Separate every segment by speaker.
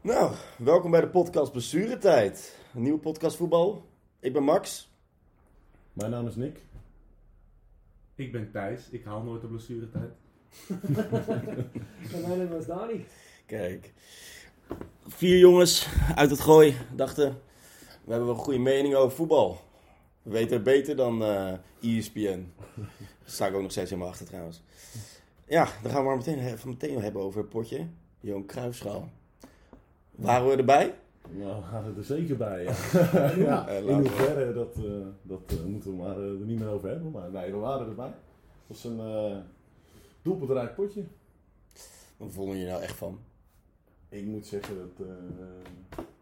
Speaker 1: Nou, welkom bij de podcast Blessuretijd. Een nieuwe podcast voetbal. Ik ben Max.
Speaker 2: Mijn naam is Nick.
Speaker 3: Ik ben Thijs, ik haal nooit de blessuretijd.
Speaker 4: Van mij was Dani.
Speaker 1: Kijk. Vier jongens uit het gooi dachten, we hebben wel een goede mening over voetbal. We weten het beter dan eh ESPN. Daar sta ik ook nog steeds helemaal achter trouwens. Ja, dan gaan we maar meteen, even meteen hebben over het potje. Johan Cruijffschaal. Waren we erbij?
Speaker 2: Nou, we gaan het er zeker bij. Ja.
Speaker 1: Ja,
Speaker 2: ja,
Speaker 1: eh,
Speaker 2: in
Speaker 1: laten we-
Speaker 2: hoeverre, dat, eh, dat eh, moeten we maar, eh, er niet meer over hebben. Maar nee, we waren erbij. Het was een eh doelpuntrijk potje.
Speaker 1: Wat vonden je nou echt van?
Speaker 2: Ik moet zeggen dat, eh,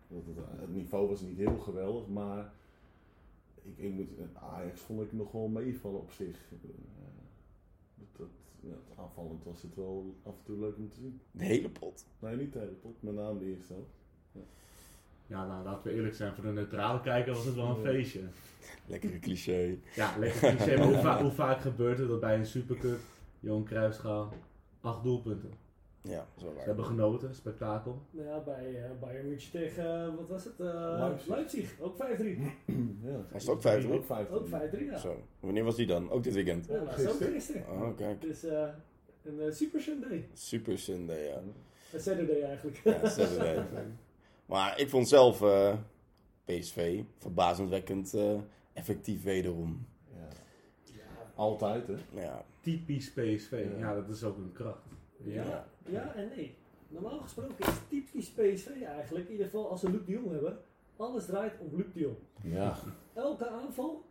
Speaker 2: dat het, het niveau was niet heel geweldig, maar ik, ik moet, eh, Ajax vond ik nog wel meevallen op zich. Eh, dat, dat, ja, het aanvallend was het wel af en toe leuk om te zien.
Speaker 1: De hele pot.
Speaker 2: Nee, niet de hele pot, met name de eerste helft.
Speaker 3: Ja, nou laten we eerlijk zijn, voor een neutrale kijker was het wel een
Speaker 2: Ja.
Speaker 3: feestje.
Speaker 1: Lekkere cliché.
Speaker 3: Ja, lekker cliché, maar hoe, va- hoe vaak gebeurt het dat bij een supercup, Johan Cruijffschaal, acht doelpunten.
Speaker 1: Ja, zo
Speaker 3: Ze
Speaker 1: waar.
Speaker 3: hebben genoten, spektakel.
Speaker 4: Nou ja, bij eh Bayern München tegen, eh, wat was het? Eh,
Speaker 2: Leipzig.
Speaker 4: Leipzig. Ook 5-3.
Speaker 2: Ja.
Speaker 1: Hij is ook 5-3.
Speaker 2: Ook 5-3.
Speaker 4: Ook 5-3, ja.
Speaker 1: Zo. Wanneer was die dan? Ook dit weekend?
Speaker 4: Ja, dat was ook
Speaker 2: Gisteren.
Speaker 4: gisteren.
Speaker 1: Oh, kijk.
Speaker 4: Dus eh, een eh, super Sunday.
Speaker 1: Super Sunday, ja.
Speaker 4: Een Saturday eigenlijk.
Speaker 1: Ja, Saturday. Maar ik vond zelf eh, PSV verbazendwekkend eh, effectief wederom.
Speaker 2: Ja.
Speaker 4: Ja.
Speaker 2: Altijd, hè?
Speaker 1: Ja,
Speaker 3: Typisch PSV,
Speaker 2: Ja.
Speaker 3: ja, dat is ook een kracht. Ja.
Speaker 1: ja.
Speaker 4: Ja en nee. Normaal gesproken is typisch PSV eigenlijk, in ieder geval als ze Luc de Jong hebben, alles draait om Luc de Jong.
Speaker 2: Ja.
Speaker 4: Elke aanval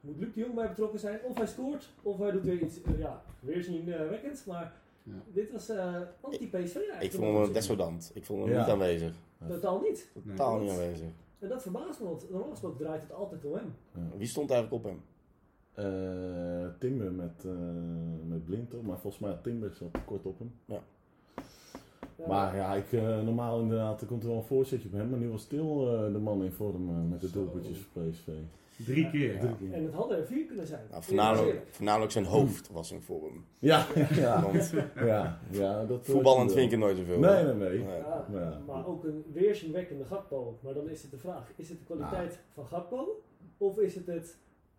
Speaker 4: moet Luc de Jong bij betrokken zijn. Of hij scoort, of hij doet weer iets, eh, ja, weer is niet eh, wekkends, maar
Speaker 3: Ja.
Speaker 4: dit was eh, anti-PSV eigenlijk.
Speaker 1: Ik vond hem desodant. Ik vond hem
Speaker 2: Ja.
Speaker 1: niet aanwezig.
Speaker 4: Totaal niet.
Speaker 1: Totaal niet aanwezig.
Speaker 4: En dat verbaast me, want normaal gesproken draait het altijd om hem.
Speaker 1: Wie stond eigenlijk op hem?
Speaker 2: Eh, Timber met, eh met Blind op, maar volgens mij had Timber zat kort op hem.
Speaker 4: Ja,
Speaker 2: Maar ja, ik, eh, normaal inderdaad, er komt er wel een voorzetje op hem, maar nu was stil de man in vorm eh, met de
Speaker 3: Zo.
Speaker 2: doelpuntjes voor PSV.
Speaker 3: Drie keer.
Speaker 1: Ja.
Speaker 3: Drie
Speaker 4: En het hadden er vier kunnen zijn.
Speaker 1: Nou, voornamelijk, voornamelijk zijn hoofd was in vorm.
Speaker 2: Ja, ja,
Speaker 1: Want
Speaker 2: ja. ja dat
Speaker 1: voetballend vind ik het nooit zoveel.
Speaker 2: Nee, nee, nee.
Speaker 1: Nee.
Speaker 4: Ja,
Speaker 2: Ja.
Speaker 4: Maar ook een weerzinwekkende Gakpo. Maar dan is het de vraag, is het de kwaliteit
Speaker 1: Nou.
Speaker 4: van Gakpo? Of is het, het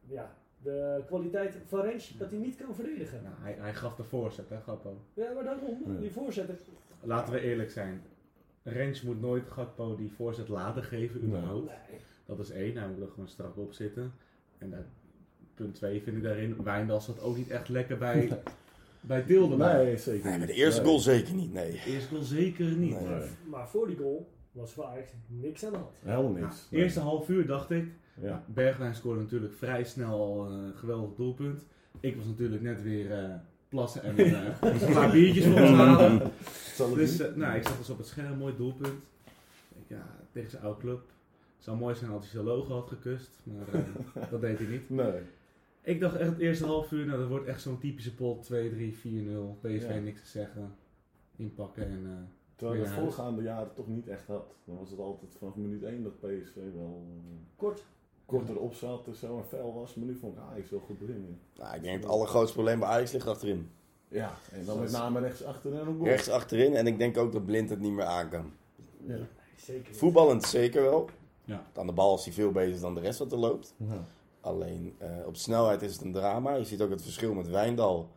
Speaker 4: ja, de kwaliteit van Rens dat hij niet kan verdedigen?
Speaker 3: Nou, hij, hij gaf de voorzet, hè, Gakpo.
Speaker 4: Ja, maar daarom,
Speaker 2: Ja.
Speaker 4: die voorzetter.
Speaker 3: Laten we eerlijk zijn. Rens moet nooit Gakpo die voorzet laten geven,
Speaker 2: Nee.
Speaker 3: überhaupt.
Speaker 4: Nee.
Speaker 3: Dat is één, hij moet er gewoon strak op zitten. En daar, punt twee vind ik daarin, Wijndal zat ook niet echt lekker bij, bij Dilden.
Speaker 2: Nee, zeker
Speaker 1: Nee,
Speaker 2: niet.
Speaker 1: maar de eerste
Speaker 2: Nee.
Speaker 1: goal zeker niet, nee.
Speaker 3: Eerste goal zeker niet. Nou,
Speaker 1: Nee.
Speaker 2: Nee,
Speaker 4: Maar voor die goal was voor Ajax niks aan de hand.
Speaker 2: helemaal
Speaker 3: Nou,
Speaker 2: niks. Nee.
Speaker 3: eerste half uur dacht ik.
Speaker 2: Ja.
Speaker 3: Bergwijn scoorde natuurlijk vrij snel al eh, een geweldig doelpunt. Ik was natuurlijk net weer eh, plassen en eh, een paar biertjes voor ons halen.
Speaker 2: Zal ik
Speaker 3: Dus
Speaker 2: doen?
Speaker 3: eh, nou, ik zag dus op het scherm, mooi doelpunt. Ik, ja, tegen zijn oude club. Het zou mooi zijn als hij zijn logo had gekust, maar eh, dat deed hij niet.
Speaker 2: Nee.
Speaker 3: Ik dacht echt het eerste half uur, nou dat wordt echt zo'n typische pot. 2, 3, 4, 0. PSV
Speaker 2: Ja.
Speaker 3: niks te zeggen. Inpakken en... eh,
Speaker 2: Terwijl ik het
Speaker 3: Ja.
Speaker 2: voorgaande jaren toch niet echt had. Dan was het altijd vanaf minuut 1 dat PSV wel eh,
Speaker 4: Kort,
Speaker 2: korter op zat en zo en fel was. Maar nu vond ik Ajax wel goed beginnen.
Speaker 1: Nou, ik denk het allergrootste probleem bij Ajax ligt achterin.
Speaker 2: Ja, en dan met name rechts achter en een goal.
Speaker 1: Rechts achterin en ik denk ook dat Blind het niet meer aan kan.
Speaker 2: Ja.
Speaker 4: nee, zeker niet.
Speaker 1: Voetballend zeker wel.
Speaker 3: Ja.
Speaker 1: Aan de bal is hij veel beter dan de rest wat er loopt.
Speaker 2: Ja.
Speaker 1: Alleen eh, op snelheid is het een drama. Je ziet ook het verschil met Wijndal.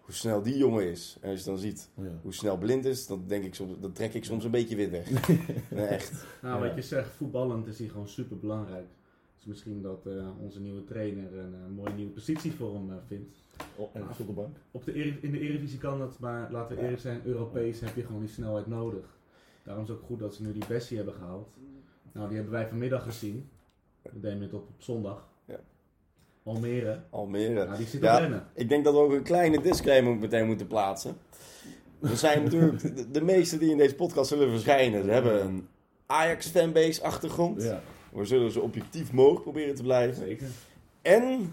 Speaker 1: Hoe snel die jongen is. En als je dan ziet
Speaker 2: Ja.
Speaker 1: hoe snel blind is, dan, denk ik soms, dan trek ik soms een beetje weer weg. nee, echt.
Speaker 3: Nou,
Speaker 2: Ja.
Speaker 3: wat je zegt, voetballend is hij gewoon super belangrijk. Dus misschien dat eh, onze nieuwe trainer een eh, mooie nieuwe positie voor hem eh, vindt.
Speaker 2: Oh, en op de bank.
Speaker 3: Op de, Ere- in de Eredivisie kan dat, maar laten we
Speaker 1: Ja.
Speaker 3: eerlijk zijn, Europees heb je gewoon die snelheid nodig. Daarom is het ook goed dat ze nu die Bessie hebben gehaald. Nou, die hebben wij vanmiddag gezien. We deden het op, op zondag.
Speaker 1: Ja.
Speaker 3: Almere.
Speaker 1: Almere.
Speaker 3: Nou, die zit
Speaker 1: Ja.
Speaker 3: op rennen.
Speaker 1: Ik denk dat we ook een kleine disclaimer meteen moeten plaatsen. Er zijn natuurlijk de, de meesten die in deze podcast zullen verschijnen. Ze hebben een Ajax fanbase achtergrond.
Speaker 2: Ja.
Speaker 1: We zullen zo objectief mogelijk proberen te blijven.
Speaker 3: Zeker.
Speaker 1: En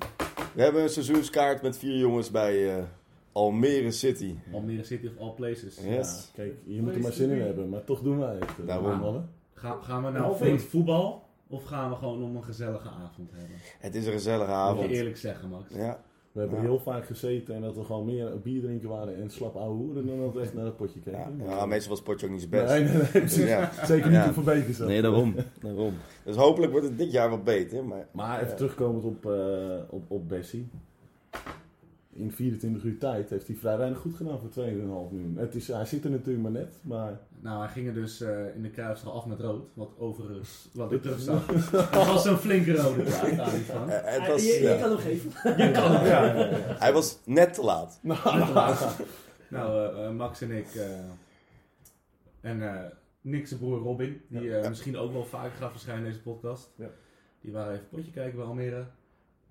Speaker 1: we hebben een seizoenskaart met vier jongens bij eh, Almere City.
Speaker 3: Almere City of All Places.
Speaker 1: Yes.
Speaker 2: Ja, kijk, je moet er maar zin in hebben, maar toch doen wij het. eh,
Speaker 1: Daarom.
Speaker 2: mannen.
Speaker 3: Ga- gaan we nou
Speaker 4: Of
Speaker 3: voor
Speaker 4: ik.
Speaker 3: het voetbal of gaan we gewoon om een gezellige avond hebben?
Speaker 1: Het is een gezellige
Speaker 3: Moet je
Speaker 1: avond.
Speaker 3: eerlijk zeggen, Max.
Speaker 1: Ja,
Speaker 2: We hebben
Speaker 1: Ja.
Speaker 2: heel vaak gezeten en dat we gewoon meer bier drinken waren en slap ouwe hoeren dan dat we echt naar het potje
Speaker 1: Ja,
Speaker 2: keken.
Speaker 1: ja, meestal was potje ook niet zo best. Dus
Speaker 2: Nee, nee, nee, precies.
Speaker 1: Ja.
Speaker 2: Zeker niet
Speaker 1: Ja.
Speaker 2: op verbeteren zelf.
Speaker 1: Nee, daarom. daarom. Dus hopelijk wordt het dit jaar wat beter. Maar
Speaker 2: Maar even
Speaker 1: Ja.
Speaker 2: terugkomend op, eh, op, op Bessie. In 24 uur tijd heeft hij vrij weinig goed gedaan voor 2,5 miljoen. Het is, hij zit er natuurlijk maar net, maar...
Speaker 3: Nou, hij ging er dus eh, in de kruisstraal af met rood. Wat overigens, wat ik terug zag. Dat was een flinke rode kaart daar niet van.
Speaker 1: eh, het
Speaker 4: Ah,
Speaker 1: was,
Speaker 4: je je
Speaker 1: ja.
Speaker 4: kan hem geven.
Speaker 2: Ja, ja, ja.
Speaker 1: hij was net te laat.
Speaker 3: Nou, eh, eh, Max en ik. eh, en eh Nick zijn broer Robin. Die
Speaker 2: Ja.
Speaker 3: eh,
Speaker 1: Ja.
Speaker 3: misschien ook wel vaker gaat verschijnen in deze podcast.
Speaker 2: Ja.
Speaker 3: Die waren even potje kijken bij Almere.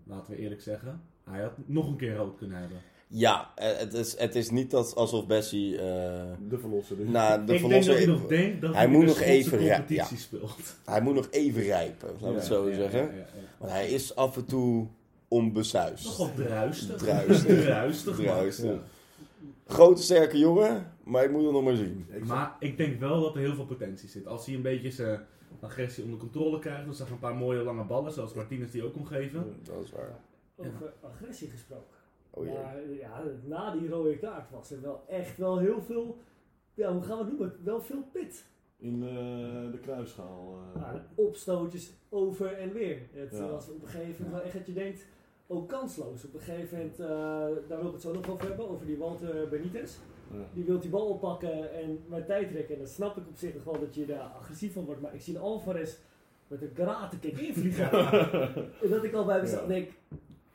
Speaker 3: Laten we eerlijk zeggen. Hij had nog een keer rood kunnen hebben.
Speaker 1: Ja, eh, het is, het is niet dat alsof Bessie eh,
Speaker 2: De verlosser dus.
Speaker 1: na de
Speaker 3: ik denk dat hij
Speaker 1: verlosser...
Speaker 3: nog denkt dat
Speaker 1: hij
Speaker 3: hij, in
Speaker 1: moet
Speaker 3: de
Speaker 1: nog
Speaker 3: Schotse
Speaker 1: even- ja,
Speaker 3: competitie speelt.
Speaker 1: Hij moet nog even rijpen, laten we het
Speaker 2: Ja,
Speaker 1: zo
Speaker 3: Ja,
Speaker 1: zeggen.
Speaker 3: ja, ja, ja.
Speaker 1: Want hij is af en toe
Speaker 3: Toch
Speaker 1: onbesuist.
Speaker 3: wel druistig.
Speaker 1: Druistig.
Speaker 3: Druistig, man.
Speaker 1: Druistig.
Speaker 2: Ja.
Speaker 1: Grote, sterke jongen, maar ik moet het nog maar zien.
Speaker 2: Ik-
Speaker 3: Maar ik denk wel dat er heel veel potentie zit. Als hij een beetje zijn agressie onder controle krijgt, dan zag een paar mooie lange ballen, zoals Martinez die ook kon geven.
Speaker 1: Dat is waar.
Speaker 4: Over agressie gesproken.
Speaker 1: Oh, jee.
Speaker 4: maar eh, ja, na die rode kaart was er wel echt wel heel veel, ja, hoe gaan we het noemen? Wel veel pit.
Speaker 2: In eh, de kruisschaal. eh.
Speaker 4: Maar opstootjes over en weer. Het
Speaker 2: Ja.
Speaker 4: was op een gegeven moment wel echt dat je denkt, ook kansloos. Op een gegeven moment, eh, daar wil ik het zo nog over hebben, over die Walter Benitez.
Speaker 2: Ja.
Speaker 4: Die wil die bal oppakken en met tijd trekken. En dat snap ik op zich nog wel dat je daar agressief van wordt. Maar ik zie een Alvarez met een karatekick invliegen. en dat ik al bij mezelf
Speaker 2: Ja.
Speaker 4: denk,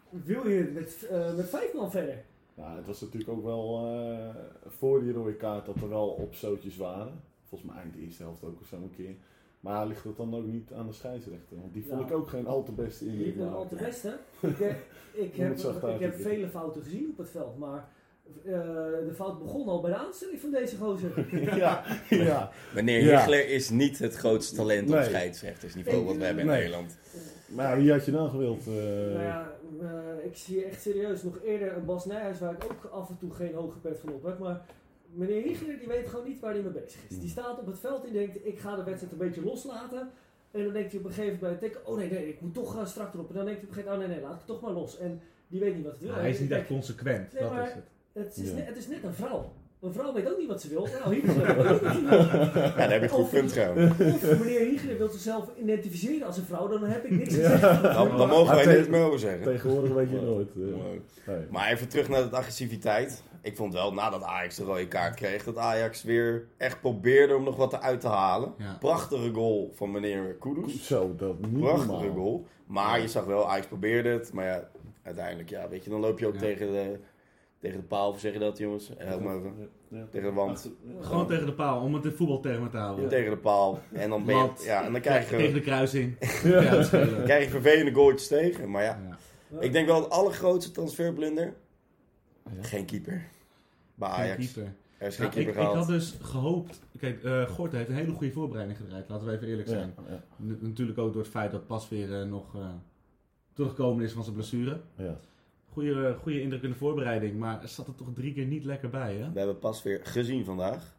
Speaker 4: wil je met, eh, met vijf man verder?
Speaker 2: Ja, het was natuurlijk ook wel eh, voor die rode kaart dat er wel opstootjes waren. Volgens mij eind de eerste helft ook of zo een keer. Maar ligt dat dan ook niet aan de scheidsrechter? Want die vond
Speaker 4: Ja.
Speaker 2: ik ook geen al te beste in.
Speaker 4: Ik ben al te best, hè? Ik, heb- ik
Speaker 2: Om
Speaker 4: heb,
Speaker 2: het zacht uit
Speaker 4: ik
Speaker 2: te
Speaker 4: heb
Speaker 2: drukken.
Speaker 4: vele fouten gezien op het veld, maar eh, de fout begon al bij de aanstelling van deze gozer.
Speaker 2: ja, ja.
Speaker 1: Meneer
Speaker 2: Ja.
Speaker 1: Hichler is niet het grootste talent op
Speaker 2: Nee.
Speaker 1: scheidsrechtersniveau wat we hebben in
Speaker 2: Nee.
Speaker 1: Nederland.
Speaker 2: Maar wie had je nou gewild? eh?
Speaker 4: Nou ja, eh, ik zie echt serieus nog eerder een Bas Nijhuis waar ik ook af en toe geen hoge pet van op heb. Maar meneer Higler die weet gewoon niet waar hij mee bezig
Speaker 3: Hmm.
Speaker 4: is. Die staat op het veld en denkt ik ga de wedstrijd een beetje loslaten. En dan denkt hij op een gegeven moment bij het tikken, oh nee, nee, ik moet toch eh, strak erop. En dan denkt hij op een gegeven moment, oh nee, nee, laat ik het toch maar los. En die weet niet wat het wil.
Speaker 3: Nou, hij is niet echt
Speaker 4: Kijk,
Speaker 3: consequent,
Speaker 4: Nee,
Speaker 3: dat
Speaker 4: maar-
Speaker 3: is het.
Speaker 4: het, is
Speaker 2: Ja.
Speaker 4: net, het is net een vrouw. Een vrouw weet ook niet wat ze wil. Nou, Higler.
Speaker 1: Ja, daar heb ik een goed punt gehouden.
Speaker 4: Of meneer Higler wil zichzelf identificeren als een vrouw, dan heb ik niks gezegd.
Speaker 1: Dan, dan mogen wij
Speaker 2: Maar
Speaker 1: er niks meer over zeggen.
Speaker 2: Tegenwoordig weet je het nooit. eh. Nee.
Speaker 1: Maar even terug naar de agressiviteit. Ik vond wel, nadat Ajax de rode kaart kreeg, dat Ajax weer echt probeerde om nog wat eruit te halen.
Speaker 3: Ja.
Speaker 1: Prachtige goal van meneer Kudus.
Speaker 2: Zo, dat niet
Speaker 1: Prachtige
Speaker 2: normaal.
Speaker 1: goal. Maar je zag wel, Ajax probeerde het. Maar ja, uiteindelijk, ja, weet je, dan loop je ook
Speaker 3: Ja.
Speaker 1: tegen, de, tegen de paal, of zeg je dat jongens? Eh, Help me even.
Speaker 2: Ja, ja.
Speaker 1: Tegen de wand.
Speaker 2: Achter-
Speaker 3: Gewoon tegen de paal, om het in voetbaltermen te houden.
Speaker 1: Tegen de paal. En dan, ben je,
Speaker 3: Mat.
Speaker 1: ja, en dan krijg je...
Speaker 3: Tegen de kruising.
Speaker 2: Ja.
Speaker 3: Ja, dat spelen.
Speaker 1: Dan krijg je vervelende goaltjes tegen. Maar ja,
Speaker 3: Ja.
Speaker 1: ik denk wel het allergrootste transferblunder.
Speaker 2: Ja.
Speaker 1: Geen keeper. Bij
Speaker 3: Geen
Speaker 1: Ajax.
Speaker 3: keeper.
Speaker 1: Er is geen
Speaker 3: Nou, ik,
Speaker 1: keeper
Speaker 3: ik had
Speaker 1: gehaald.
Speaker 3: dus gehoopt... Kijk, eh Gort heeft een hele goede voorbereiding gedraaid, laten we even eerlijk zijn.
Speaker 2: Ja, ja,
Speaker 3: N- Natuurlijk ook door het feit dat Pasveer weer nog eh, teruggekomen is van zijn blessure.
Speaker 2: ja.
Speaker 3: Goede, goede indruk in de voorbereiding, maar er zat er toch drie keer niet lekker bij, hè?
Speaker 1: We hebben pas weer gezien vandaag.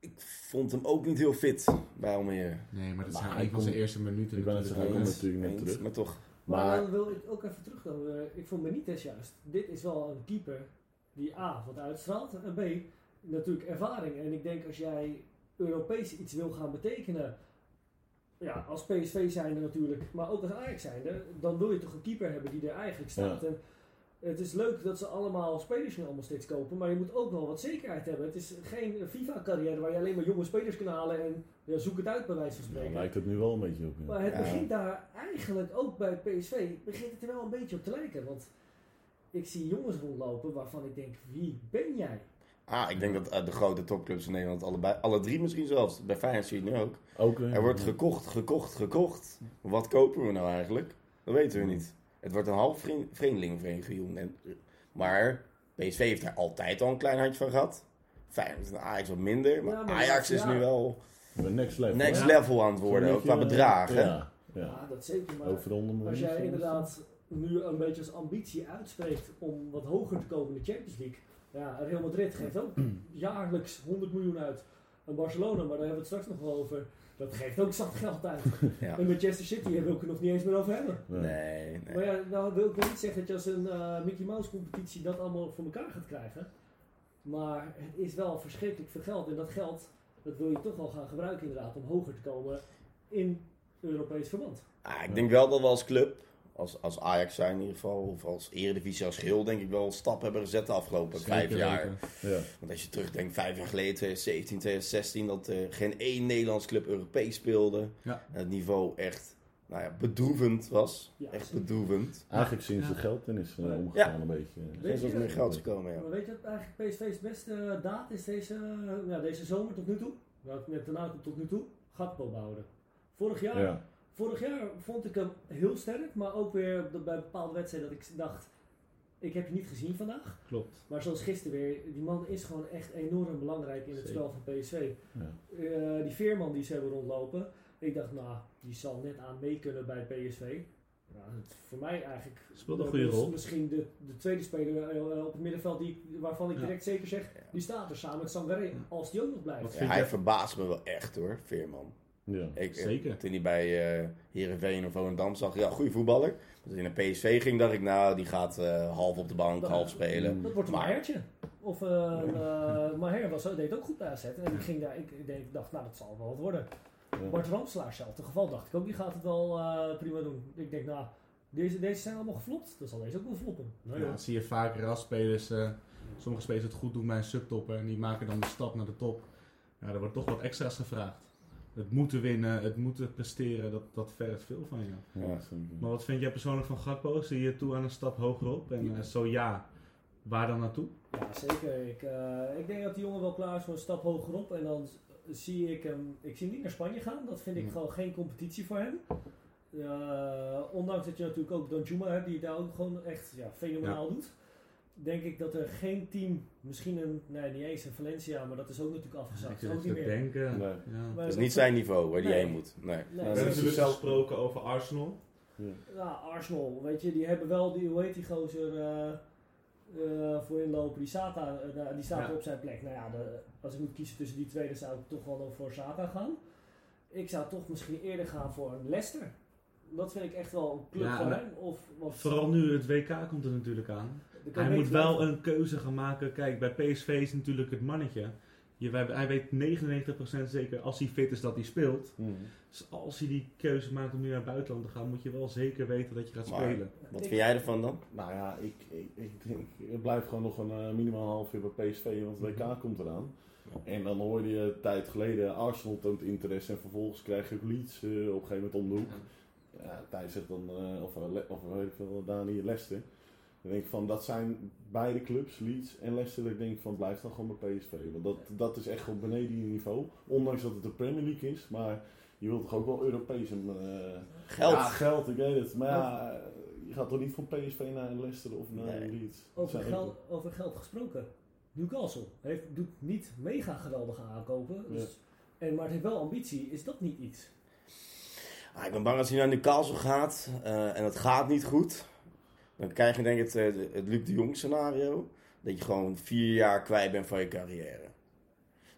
Speaker 1: Ik vond hem ook niet heel fit bij Almere.
Speaker 3: Nee, maar dat
Speaker 2: Maar
Speaker 3: zijn
Speaker 2: hij
Speaker 3: eigenlijk van zijn
Speaker 2: komt-
Speaker 3: eerste minuten.
Speaker 2: Ik ben het zeggen, hij
Speaker 3: natuurlijk,
Speaker 2: komt
Speaker 3: hè?
Speaker 2: natuurlijk net
Speaker 1: Eens,
Speaker 2: terug.
Speaker 1: Maar toch.
Speaker 4: Maar,
Speaker 2: Maar-
Speaker 4: dan wil ik ook even terugkomen. Ik vond Benitez juist. Dit is wel een keeper die A, wat uitstraalt. En B, natuurlijk ervaring. En ik denk als jij Europees iets wil gaan betekenen. Ja, als PSV zijnde natuurlijk. Maar ook als Ajax zijnde. Dan wil je toch een keeper hebben die er eigenlijk staat. En het is leuk dat ze allemaal spelers nu allemaal steeds kopen. Maar je moet ook wel wat zekerheid hebben. Het is geen FIFA-carrière waar je alleen maar jonge spelers kan halen. En ja, zoek het uit bij wijze van
Speaker 2: Ja,
Speaker 4: spreken.
Speaker 2: lijkt het nu wel een beetje op. ja.
Speaker 4: Maar het
Speaker 1: Ja.
Speaker 4: begint daar eigenlijk ook bij PSV, begint het er wel een beetje op te lijken. Want ik zie jongens rondlopen waarvan ik denk, wie ben jij?
Speaker 1: Ah, ik denk dat eh, de grote topclubs in Nederland, allebei, alle drie misschien zelfs, bij Feyenoord zie je het nu ook.
Speaker 2: Ook eh, weer.
Speaker 1: Er wordt gekocht, gekocht, gekocht. Wat kopen we nou eigenlijk? Dat weten we niet. Het wordt een half vreem- vreemdelingenvereniging. En- Maar PSV heeft daar altijd al een klein handje van gehad. Feyenoord en Ajax wat minder. Maar,
Speaker 4: Ja, maar
Speaker 1: Ajax
Speaker 4: ja.
Speaker 1: is nu wel
Speaker 2: Maar Next level.
Speaker 1: next
Speaker 2: hè?
Speaker 1: level aan het worden.
Speaker 2: Zo'n
Speaker 1: Ook qua
Speaker 2: beetje, eh,
Speaker 1: bedragen.
Speaker 2: Ja, ja.
Speaker 4: Ja, dat zeker. Maar
Speaker 2: Over de 100 miljoen.
Speaker 4: als jij
Speaker 2: zoiets.
Speaker 4: inderdaad nu een beetje als ambitie uitspreekt om wat hoger te komen in de Champions League. Ja, Real Madrid geeft ook jaarlijks 100 miljoen uit. aan Barcelona, maar daar hebben we het straks nog wel over. Dat geeft ook zat geld uit.
Speaker 1: Ja.
Speaker 4: En Manchester City daar wil ik het nog niet eens meer over hebben.
Speaker 1: Nee, nee.
Speaker 4: Maar ja, nou wil ik wel niet zeggen dat je als een eh, Mickey Mouse competitie dat allemaal voor elkaar gaat krijgen. Maar het is wel verschrikkelijk veel geld. En dat geld, dat wil je toch wel gaan gebruiken inderdaad om hoger te komen in Europees verband.
Speaker 1: Ah, ik denk wel dat we als club, als, als Ajax zijn in ieder geval, of als Eredivisie als geheel, denk ik wel stappen hebben gezet de afgelopen vijf jaar.
Speaker 2: Ja.
Speaker 1: Want als je terugdenkt, vijf jaar geleden, 2017, 2016, dat er geen één Nederlands club Europees speelde.
Speaker 3: Ja.
Speaker 1: En het niveau echt nou ja, bedroevend was.
Speaker 4: Ja,
Speaker 1: echt
Speaker 4: absoluut.
Speaker 1: bedroevend.
Speaker 2: Eigenlijk sinds
Speaker 3: Ja.
Speaker 2: de geldtennis eh,
Speaker 4: Ja.
Speaker 2: omgegaan een beetje.
Speaker 1: Er is
Speaker 4: je-
Speaker 1: wat meer geld gekomen, ja.
Speaker 4: Maar weet je wat eigenlijk PSV's beste daad is deze, eh, nou, deze zomer tot nu toe? Nou, net daarna komt tot nu toe. Gakpo bouwen. Vorig jaar,
Speaker 2: Ja.
Speaker 4: vorig jaar vond ik hem heel sterk, maar ook weer dat bij bepaalde wedstrijden dat ik dacht, ik heb je niet gezien vandaag.
Speaker 3: Klopt.
Speaker 4: Maar zoals gisteren weer, die man is gewoon echt enorm belangrijk in het
Speaker 3: Zeker.
Speaker 4: spel van PSV.
Speaker 2: Ja.
Speaker 4: Eh, die Veerman die ze hebben rondlopen, ik dacht, nou, die zal net aan mee kunnen bij PSV. Nou, dat is voor mij eigenlijk
Speaker 3: Speelt een goede
Speaker 4: dat is
Speaker 3: rol.
Speaker 4: misschien de, de tweede speler eh, op het middenveld die, ik- waarvan ik
Speaker 3: Ja.
Speaker 4: direct zeker zeg, die staat er samen met Sangaré, als die ook nog blijft.
Speaker 3: Wat
Speaker 1: Ja,
Speaker 3: vind
Speaker 1: hij
Speaker 3: jij-
Speaker 1: verbaast me wel echt hoor, Veerman.
Speaker 2: Ja.
Speaker 1: Ik, eh,
Speaker 3: Zeker.
Speaker 1: Toen hij bij eh Heerenveen of Volendam zag, ja, goede voetballer. Toen hij naar PSV ging, dacht ik, nou, die gaat eh, half op de bank,
Speaker 4: Dat-
Speaker 1: half spelen.
Speaker 3: Mm.
Speaker 4: Dat wordt een
Speaker 1: Maar-
Speaker 4: Mahertje. Of, eh eh, Maher was, deed ook goed bij AZ. En ik, ging daar, ik, ik denk- dacht, nou dat zal wel wat worden.
Speaker 2: Ja.
Speaker 4: Bart Ramslaar zelf, het geval dacht ik ook, die gaat het wel eh, prima doen. Ik denk, nou, deze, deze zijn allemaal geflopt, dan zal deze ook wel floppen. Nou,
Speaker 3: Ja, dat zie je vaker als spelers, eh, sommige spelers het goed doen bij een subtopper en die maken dan de stap naar de top. Ja, er wordt toch wat extra's gevraagd. Het moeten winnen, het moeten presteren, dat, dat vergt veel van je.
Speaker 2: Ja, zeker.
Speaker 3: Maar wat vind jij persoonlijk van Gakpo? Zie je toe aan een stap hogerop? En eh, zo ja, waar dan naartoe?
Speaker 4: Ja, zeker. Ik, eh, ik denk dat die jongen wel klaar is voor een stap hogerop. En dan z- zie ik hem, ik zie hem niet naar Spanje gaan. Dat vind ik
Speaker 3: Nee.
Speaker 4: gewoon geen competitie voor hem. Eh, ondanks dat je natuurlijk ook Danjuma hebt, die het daar ook gewoon echt ja, fenomenaal doet. Denk ik dat er geen team, misschien een, nee niet eens een Valencia, maar dat is ook natuurlijk
Speaker 3: ik
Speaker 4: afgezakt.
Speaker 3: zit
Speaker 4: ook
Speaker 3: te
Speaker 4: niet meer.
Speaker 3: denken.
Speaker 2: Nee.
Speaker 3: Ja.
Speaker 4: Maar
Speaker 1: Dat is Dus niet zijn niveau waar die
Speaker 4: Nee.
Speaker 1: heen moet. Nee.
Speaker 4: Nee,
Speaker 2: Ja,
Speaker 3: We
Speaker 4: dat
Speaker 3: hebben
Speaker 4: is-
Speaker 3: natuurlijk gesproken over Arsenal.
Speaker 2: Ja.
Speaker 4: Ja, Arsenal, weet je, die hebben wel die, hoe heet die gozer eh, eh, voorin lopen, die Sata, eh, nou, die staat
Speaker 3: Ja.
Speaker 4: op zijn plek. Nou ja, de- als ik moet kiezen tussen die twee, dan zou ik toch wel nog voor Sata gaan. Ik zou toch misschien eerder gaan voor een Leicester. Dat vind ik echt wel een club
Speaker 3: Ja,
Speaker 4: voor
Speaker 3: en-
Speaker 4: hem. Of, of
Speaker 3: Vooral nu het WK komt er natuurlijk aan.
Speaker 4: Er kan
Speaker 3: Hij moet
Speaker 4: niks
Speaker 3: wel
Speaker 4: bij.
Speaker 3: een keuze gaan maken. Kijk, bij PSV is natuurlijk het mannetje. Je, wij- hij weet 99% zeker als hij fit is dat hij speelt.
Speaker 1: Mm.
Speaker 2: Mhm.
Speaker 3: Dus als hij die keuze maakt om nu naar het buitenland te gaan, moet je wel zeker weten dat je gaat
Speaker 1: Maar-
Speaker 3: spelen.
Speaker 1: Wat vind jij ervan dan?
Speaker 2: Nou ja, ik, ik, ik denk, het blijft gewoon nog een eh, minimaal half uur bij PSV, want het WK komt eraan. En dan hoorde je een tijd geleden Arsenal toont interesse en vervolgens krijg je ook Leeds eh, op een gegeven moment om de hoek. Ja, Thijs zegt dan, eh, of, eh, Le- of weet ik veel, Dani Leicester. Dan denk ik van, dat zijn beide clubs, Leeds en Leicester, dat ik denk van, blijf dan gewoon bij PSV. Want dat, dat is echt gewoon beneden je niveau, ondanks dat het de Premier League is, maar... Je wilt toch ook wel Europees en eh,
Speaker 1: Geld.
Speaker 2: ja, geld, ik weet het. Maar ja, eh, je gaat toch niet van PSV naar Leicester of naar
Speaker 1: Nee.
Speaker 2: Leeds? Dat
Speaker 4: Over
Speaker 2: zijn
Speaker 4: geld,
Speaker 2: echt-
Speaker 4: over geld gesproken. Newcastle heeft, doet niet mega geweldige aankopen. Dus, en, maar het heeft wel ambitie. Is dat niet iets?
Speaker 1: Ah, ik ben bang als hij naar Newcastle gaat eh, en het gaat niet goed. Dan krijg je denk ik het, eh, de- het Luc de Jong scenario. Dat je gewoon vier jaar kwijt bent van je carrière.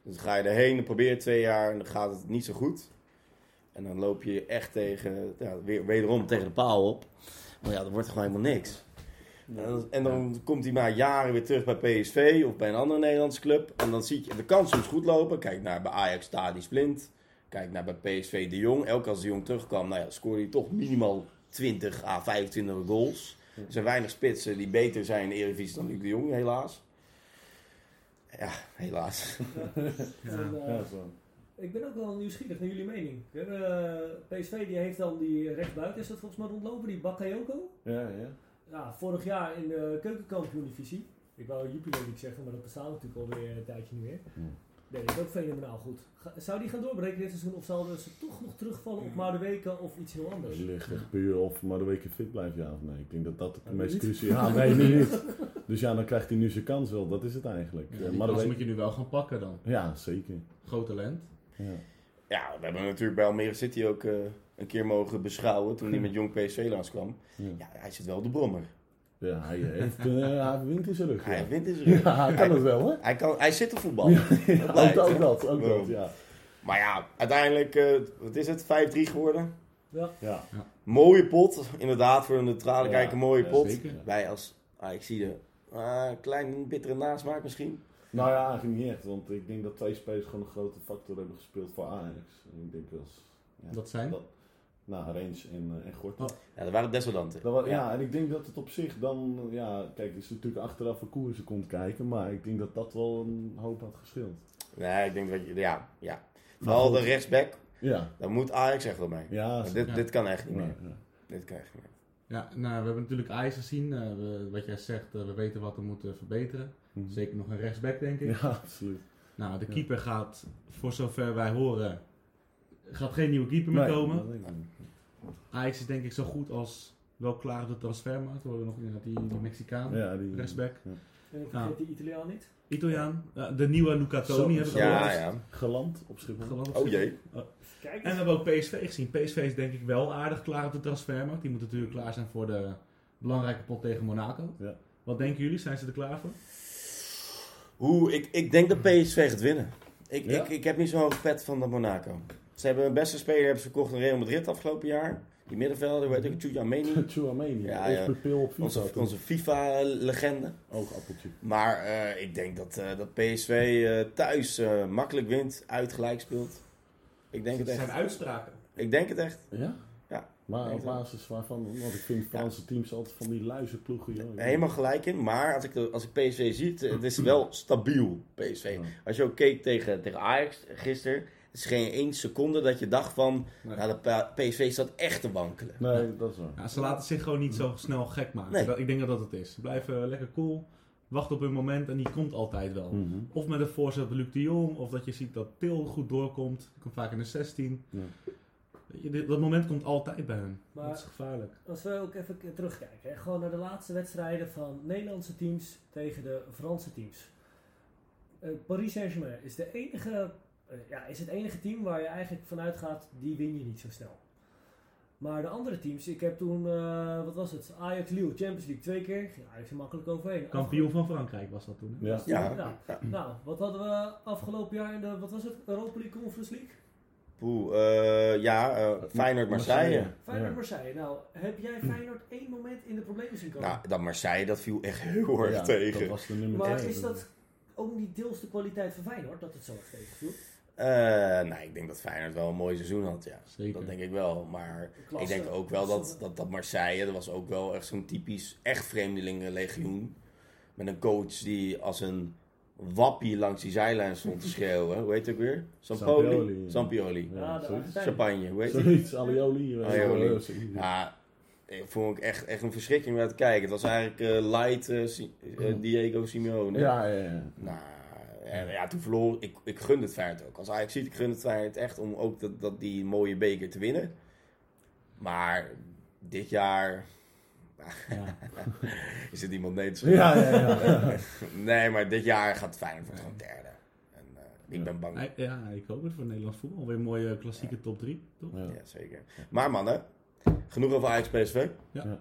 Speaker 1: Dus dan ga je erheen, dan probeer je twee jaar en dan gaat het niet zo goed. En dan loop je echt tegen, ja, weer, wederom tegen de paal op. Maar ja, dan wordt er gewoon helemaal niks. En dan, en dan komt hij na jaren weer terug bij PSV of bij een andere Nederlandse club. En dan zie je, de kans soms goed lopen. Kijk naar bij Ajax, Tadi Blind. Kijk naar bij PSV De Jong. Elke als De Jong terugkwam, nou ja, scoorde hij toch minimaal 20 à 25 goals. Er zijn weinig spitsen die beter zijn in de Eredivisie dan Luc De Jong, helaas. Ja, helaas.
Speaker 4: En, eh,
Speaker 2: Ja, zo.
Speaker 4: Ik ben ook wel nieuwsgierig naar jullie mening. We hebben, eh, PSV die heeft dan die rechtsbuiten, is dat volgens mij rondlopen, die Bakayoko.
Speaker 2: Ja, ja.
Speaker 4: Ja, vorig jaar in de keukenkampioen-divisie. Ik wou Jupiler League zeggen, maar dat bestaat natuurlijk alweer een tijdje niet meer.
Speaker 2: Ja.
Speaker 4: Nee, dat is ook fenomenaal goed. Ga- zou die gaan doorbreken dit seizoen of zouden ze toch nog terugvallen op Maduweke of iets heel
Speaker 2: Het
Speaker 4: anders?
Speaker 2: ligt echt puur of maar de week fit blijft, ja of nee. Ik denk dat dat de
Speaker 4: Ja,
Speaker 2: meest
Speaker 4: niet.
Speaker 2: cruciale... Ja, nee, nu niet. Dus ja, dan krijgt hij nu zijn kans wel. Dat is het eigenlijk.
Speaker 3: Ja,
Speaker 2: Eh,
Speaker 3: die
Speaker 2: maar de
Speaker 3: kans
Speaker 2: week-
Speaker 3: moet je nu wel gaan pakken dan.
Speaker 2: Ja, zeker.
Speaker 3: Groot talent.
Speaker 2: Ja.
Speaker 1: Ja, we hebben natuurlijk bij Almere City ook eh, een keer mogen beschouwen toen hij met Jong PSV langskwam.
Speaker 2: Ja.
Speaker 1: Ja, hij zit wel op de brommer.
Speaker 2: Ja, hij heeft, eh, hij heeft wind in zijn rug.
Speaker 1: Hij
Speaker 2: Ja,
Speaker 1: wint in zijn rug.
Speaker 2: ja hij kan het wel, hè?
Speaker 1: Hij, kan, hij zit op voetbal.
Speaker 2: Ja, ook,
Speaker 1: blijkt,
Speaker 2: ook
Speaker 1: hè?
Speaker 2: dat, ook dat,
Speaker 1: Waarom?
Speaker 2: ja.
Speaker 1: Maar ja, uiteindelijk, eh, wat is het, 5-3 geworden.
Speaker 2: ja.
Speaker 1: Mooie pot, inderdaad, voor een neutrale
Speaker 2: Ja,
Speaker 1: kijker, mooie
Speaker 2: ja,
Speaker 1: pot.
Speaker 3: zeker.
Speaker 1: Wij als Ajaxide, ah, een klein bittere nasmaak misschien.
Speaker 2: Nou ja, eigenlijk niet echt, want ik denk dat twee spelers gewoon een grote factor hebben gespeeld voor Ajax. En ik denk als, ja,
Speaker 3: Dat zijn?
Speaker 2: Dat, nou, Reens en, eh, en Gorten.
Speaker 3: Oh.
Speaker 1: Ja, dat waren desolanten.
Speaker 2: Dat wa- ja. en ik denk dat het op zich dan, ja, kijk, is natuurlijk achteraf een koersen komt kijken, maar ik denk dat dat wel een hoop had geschild.
Speaker 1: Nee, ik denk dat je, ja, ja. Vooral de
Speaker 2: goed.
Speaker 1: rechtsback,
Speaker 2: Ja,
Speaker 1: daar moet Ajax echt wel mee.
Speaker 2: ja,
Speaker 1: Want dit,
Speaker 3: Ja.
Speaker 1: dit kan echt niet
Speaker 2: ja,
Speaker 1: meer.
Speaker 2: ja.
Speaker 1: Dit kan echt niet meer.
Speaker 3: Ja, nou, we hebben natuurlijk Ajax gezien. eh, we- wat jij zegt, eh, we weten wat we moeten verbeteren.
Speaker 2: Mhm.
Speaker 3: Zeker nog een rechtsback, denk ik.
Speaker 2: Ja, absoluut.
Speaker 3: Nou, de
Speaker 2: Ja.
Speaker 3: keeper gaat, voor zover wij horen, gaat geen nieuwe keeper meer
Speaker 2: Nee,
Speaker 3: komen.
Speaker 2: dat denk ik niet.
Speaker 3: Ajax is denk ik zo goed als wel klaar op de transfermarkt. We hebben nog inderdaad die, die Mexicaan,
Speaker 2: Ja, die,
Speaker 3: rechtsback.
Speaker 4: En ik vergeet
Speaker 3: Nou.
Speaker 4: die Italiaan niet.
Speaker 3: Italiaan, eh, de nieuwe Luca
Speaker 2: Zo-
Speaker 3: Toni hebben we
Speaker 2: Ja,
Speaker 1: Ja,
Speaker 3: gehoord.
Speaker 1: ja.
Speaker 2: Geland op Schiphol.
Speaker 3: Geweldig.
Speaker 1: Oh jee.
Speaker 4: Kijk
Speaker 3: En we
Speaker 4: eens.
Speaker 3: hebben ook PSV gezien. PSV is denk ik wel aardig klaar op de transfermarkt. Die moet natuurlijk klaar zijn voor de belangrijke pot tegen Monaco.
Speaker 2: Ja.
Speaker 3: Wat denken jullie? Zijn ze er klaar voor?
Speaker 1: Hoe, ik, ik denk dat PSV gaat winnen. Ik,
Speaker 2: Ja?
Speaker 1: ik, ik heb niet zo'n hoog pet van dat Monaco. Ze hebben hun beste speler hebben ze verkocht in Real Madrid afgelopen jaar. Die middenvelder, weet
Speaker 2: Mhm.
Speaker 1: ik, Tchouameni.
Speaker 2: Chouameni,
Speaker 1: Ja,
Speaker 2: of
Speaker 1: ja.
Speaker 2: Pupil op FIFA.
Speaker 1: Onze, onze FIFA-legende.
Speaker 2: Ook appeltje.
Speaker 1: Maar eh, ik denk dat, eh, dat PSV eh, thuis eh, makkelijk wint, uitgelijk speelt. Ik denk het
Speaker 3: Ze
Speaker 1: echt.
Speaker 3: zijn uitspraken.
Speaker 1: Ik denk het echt.
Speaker 2: Ja?
Speaker 1: Ja.
Speaker 2: Maar op
Speaker 1: Denk
Speaker 2: basis waarvan, want ik vind Franse teams altijd van die luizenploegen. joh.
Speaker 1: Helemaal gelijk in. Maar als ik, de- als ik PSV zie, het, het is wel stabiel, PSV.
Speaker 2: Ja.
Speaker 1: Als je ook keek tegen, tegen Ajax gisteren, het is geen één seconde dat je dacht van...
Speaker 3: Nee.
Speaker 1: Nou, de pa- PSV staat echt te wankelen.
Speaker 2: Nee, dat is waar.
Speaker 3: Ja, ze laten zich gewoon niet zo snel gek maken.
Speaker 1: Nee.
Speaker 3: Dat- ik denk dat dat het is. Ze blijven lekker cool, wachten op hun moment en die komt altijd wel.
Speaker 2: Mhm.
Speaker 3: Of met een voorzet van Luc de Jong, of dat je ziet dat Til goed doorkomt. Die komt vaak in de 16.
Speaker 2: Ja.
Speaker 3: Weet je, dit- Dat moment komt altijd bij hun.
Speaker 4: Maar-
Speaker 3: Dat is gevaarlijk.
Speaker 4: Als we ook even k- terugkijken, hè, gewoon naar de laatste wedstrijden van Nederlandse teams tegen de Franse teams. Eh, Paris Saint-Germain is, de enige, eh, ja, is het enige team waar je eigenlijk vanuit gaat, die win je niet zo snel. Maar de andere teams, ik heb toen, eh, wat was het, Ajax Lille, Champions League twee keer, ging Ajax er makkelijk overheen.
Speaker 3: Kampioen van Frankrijk was dat toen. Hè?
Speaker 2: Ja.
Speaker 1: Ja.
Speaker 4: Ja. Nou, wat hadden we afgelopen jaar in de, wat was het, Europa League Conference League?
Speaker 1: Poeh, eh, ja, eh Feyenoord-Marseille.
Speaker 4: Feyenoord
Speaker 2: Ja.
Speaker 4: Marseille. Nou, heb jij Feyenoord één moment in de problemen zien komen?
Speaker 1: Nou, dat Marseille, dat viel echt heel erg
Speaker 2: Ja,
Speaker 1: tegen.
Speaker 2: Dat was de nummer
Speaker 4: Maar
Speaker 2: twee.
Speaker 4: is dat ook niet deels de kwaliteit van Feyenoord dat het zo erg tegenviel?
Speaker 1: Eh, nou, ik denk dat Feyenoord wel een mooi seizoen had, ja.
Speaker 3: Zeker.
Speaker 1: Dat denk ik wel, maar ik
Speaker 4: Klasse.
Speaker 1: denk ook wel dat,
Speaker 4: Klasse.
Speaker 1: dat, dat Marseille, dat was ook wel echt zo'n typisch echt vreemdelingenlegioen. Met een coach die als een wappie langs die zijlijn stond te schreeuwen. Hoe heet het ook weer?
Speaker 2: Sampaoli,
Speaker 1: Sampioli?
Speaker 2: ja.
Speaker 1: Sampioli.
Speaker 4: Ja,
Speaker 2: Ja,
Speaker 4: de
Speaker 2: zoiets.
Speaker 4: Argentijn.
Speaker 1: Champagne, hoe heet het?
Speaker 2: Zoiets, Alioli. weet je wel,
Speaker 1: Alioli.
Speaker 2: eh, zoiets.
Speaker 1: Ja, ik vond ik echt, echt een verschrikking om naar te kijken. Het was eigenlijk eh, light eh, Si- eh, Diego Simeone.
Speaker 2: Ja, ja, ja.
Speaker 1: Nou, eh, ja, toen verloor ik. Ik gunde het Feyenoord ook. Als Ajax ziet, ik gun het Feyenoord echt om ook dat, dat die mooie beker te winnen. Maar dit jaar
Speaker 3: Ja.
Speaker 1: is het iemand nee te zeggen.
Speaker 2: Ja, ja, ja.
Speaker 1: Nee, maar dit jaar gaat Feyenoord wordt gewoon derde. En eh, ik ben bang.
Speaker 3: Ja, ja, ik hoop het voor Nederlands voetbal. Weer een mooie klassieke top 3. Toch?
Speaker 2: Ja.
Speaker 1: Ja, zeker. Maar mannen, genoeg over Ajax PSV. Er
Speaker 3: Ja.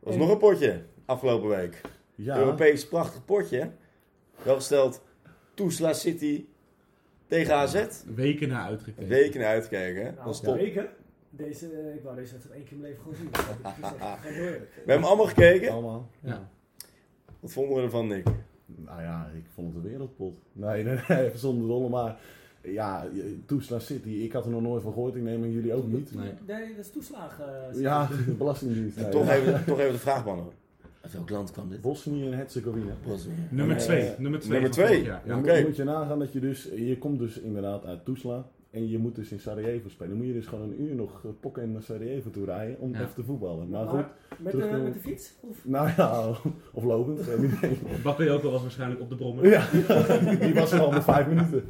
Speaker 1: was nog een potje afgelopen week.
Speaker 2: Ja,
Speaker 1: Europees prachtig potje. Wel gesteld, Toesla City tegen AZ.
Speaker 3: Weken naar uitgekeken.
Speaker 1: Weken naar uitkijken, hè?
Speaker 4: Nou,
Speaker 1: Dat is
Speaker 4: de
Speaker 1: top.
Speaker 4: weken, deze, eh, ik wou deze wedstrijd één keer in mijn leven gewoon zien. Dat heb ik gezegd. Ga door.
Speaker 1: We hebben allemaal gekeken.
Speaker 2: allemaal.
Speaker 3: Ja.
Speaker 1: Wat vonden we ervan, Nick?
Speaker 2: Nou ja, ik vond het een wereldpot. Nee, nee, nee, even zonder rollen, maar... Ja, Toesla City, ik had er nog nooit van gehoord. Ik neem aan jullie ook niet.
Speaker 3: Nee.
Speaker 4: Nee, dat is toeslagen. eh,
Speaker 2: Ja, de Belastingdienst. Nee,
Speaker 1: Toch
Speaker 2: ja.
Speaker 1: even, toch even de vraag, mannen. Uit welk land kwam dit?
Speaker 2: Bosnië en Herzegovina.
Speaker 1: Bosnië.
Speaker 3: Nummer
Speaker 2: Eh,
Speaker 3: 2. Nummer 2.
Speaker 1: nummer twee.
Speaker 3: Ja.
Speaker 2: Dan
Speaker 1: Oké.
Speaker 2: moet je nagaan dat je dus... Je komt dus inderdaad uit Toesla. En je moet dus in Sarajevo spelen. Dan moet je dus gewoon een uur nog eh, pokken naar Sarajevo toe rijden om
Speaker 3: Ja.
Speaker 2: even te voetballen. Maar goed,
Speaker 4: maar met, de,
Speaker 2: terug naar-
Speaker 4: met de fiets? Of?
Speaker 2: nou ja, of lopend, geen idee.
Speaker 3: Bakayoko was waarschijnlijk op de brommer.
Speaker 2: Ja, die was er al met vijf minuten.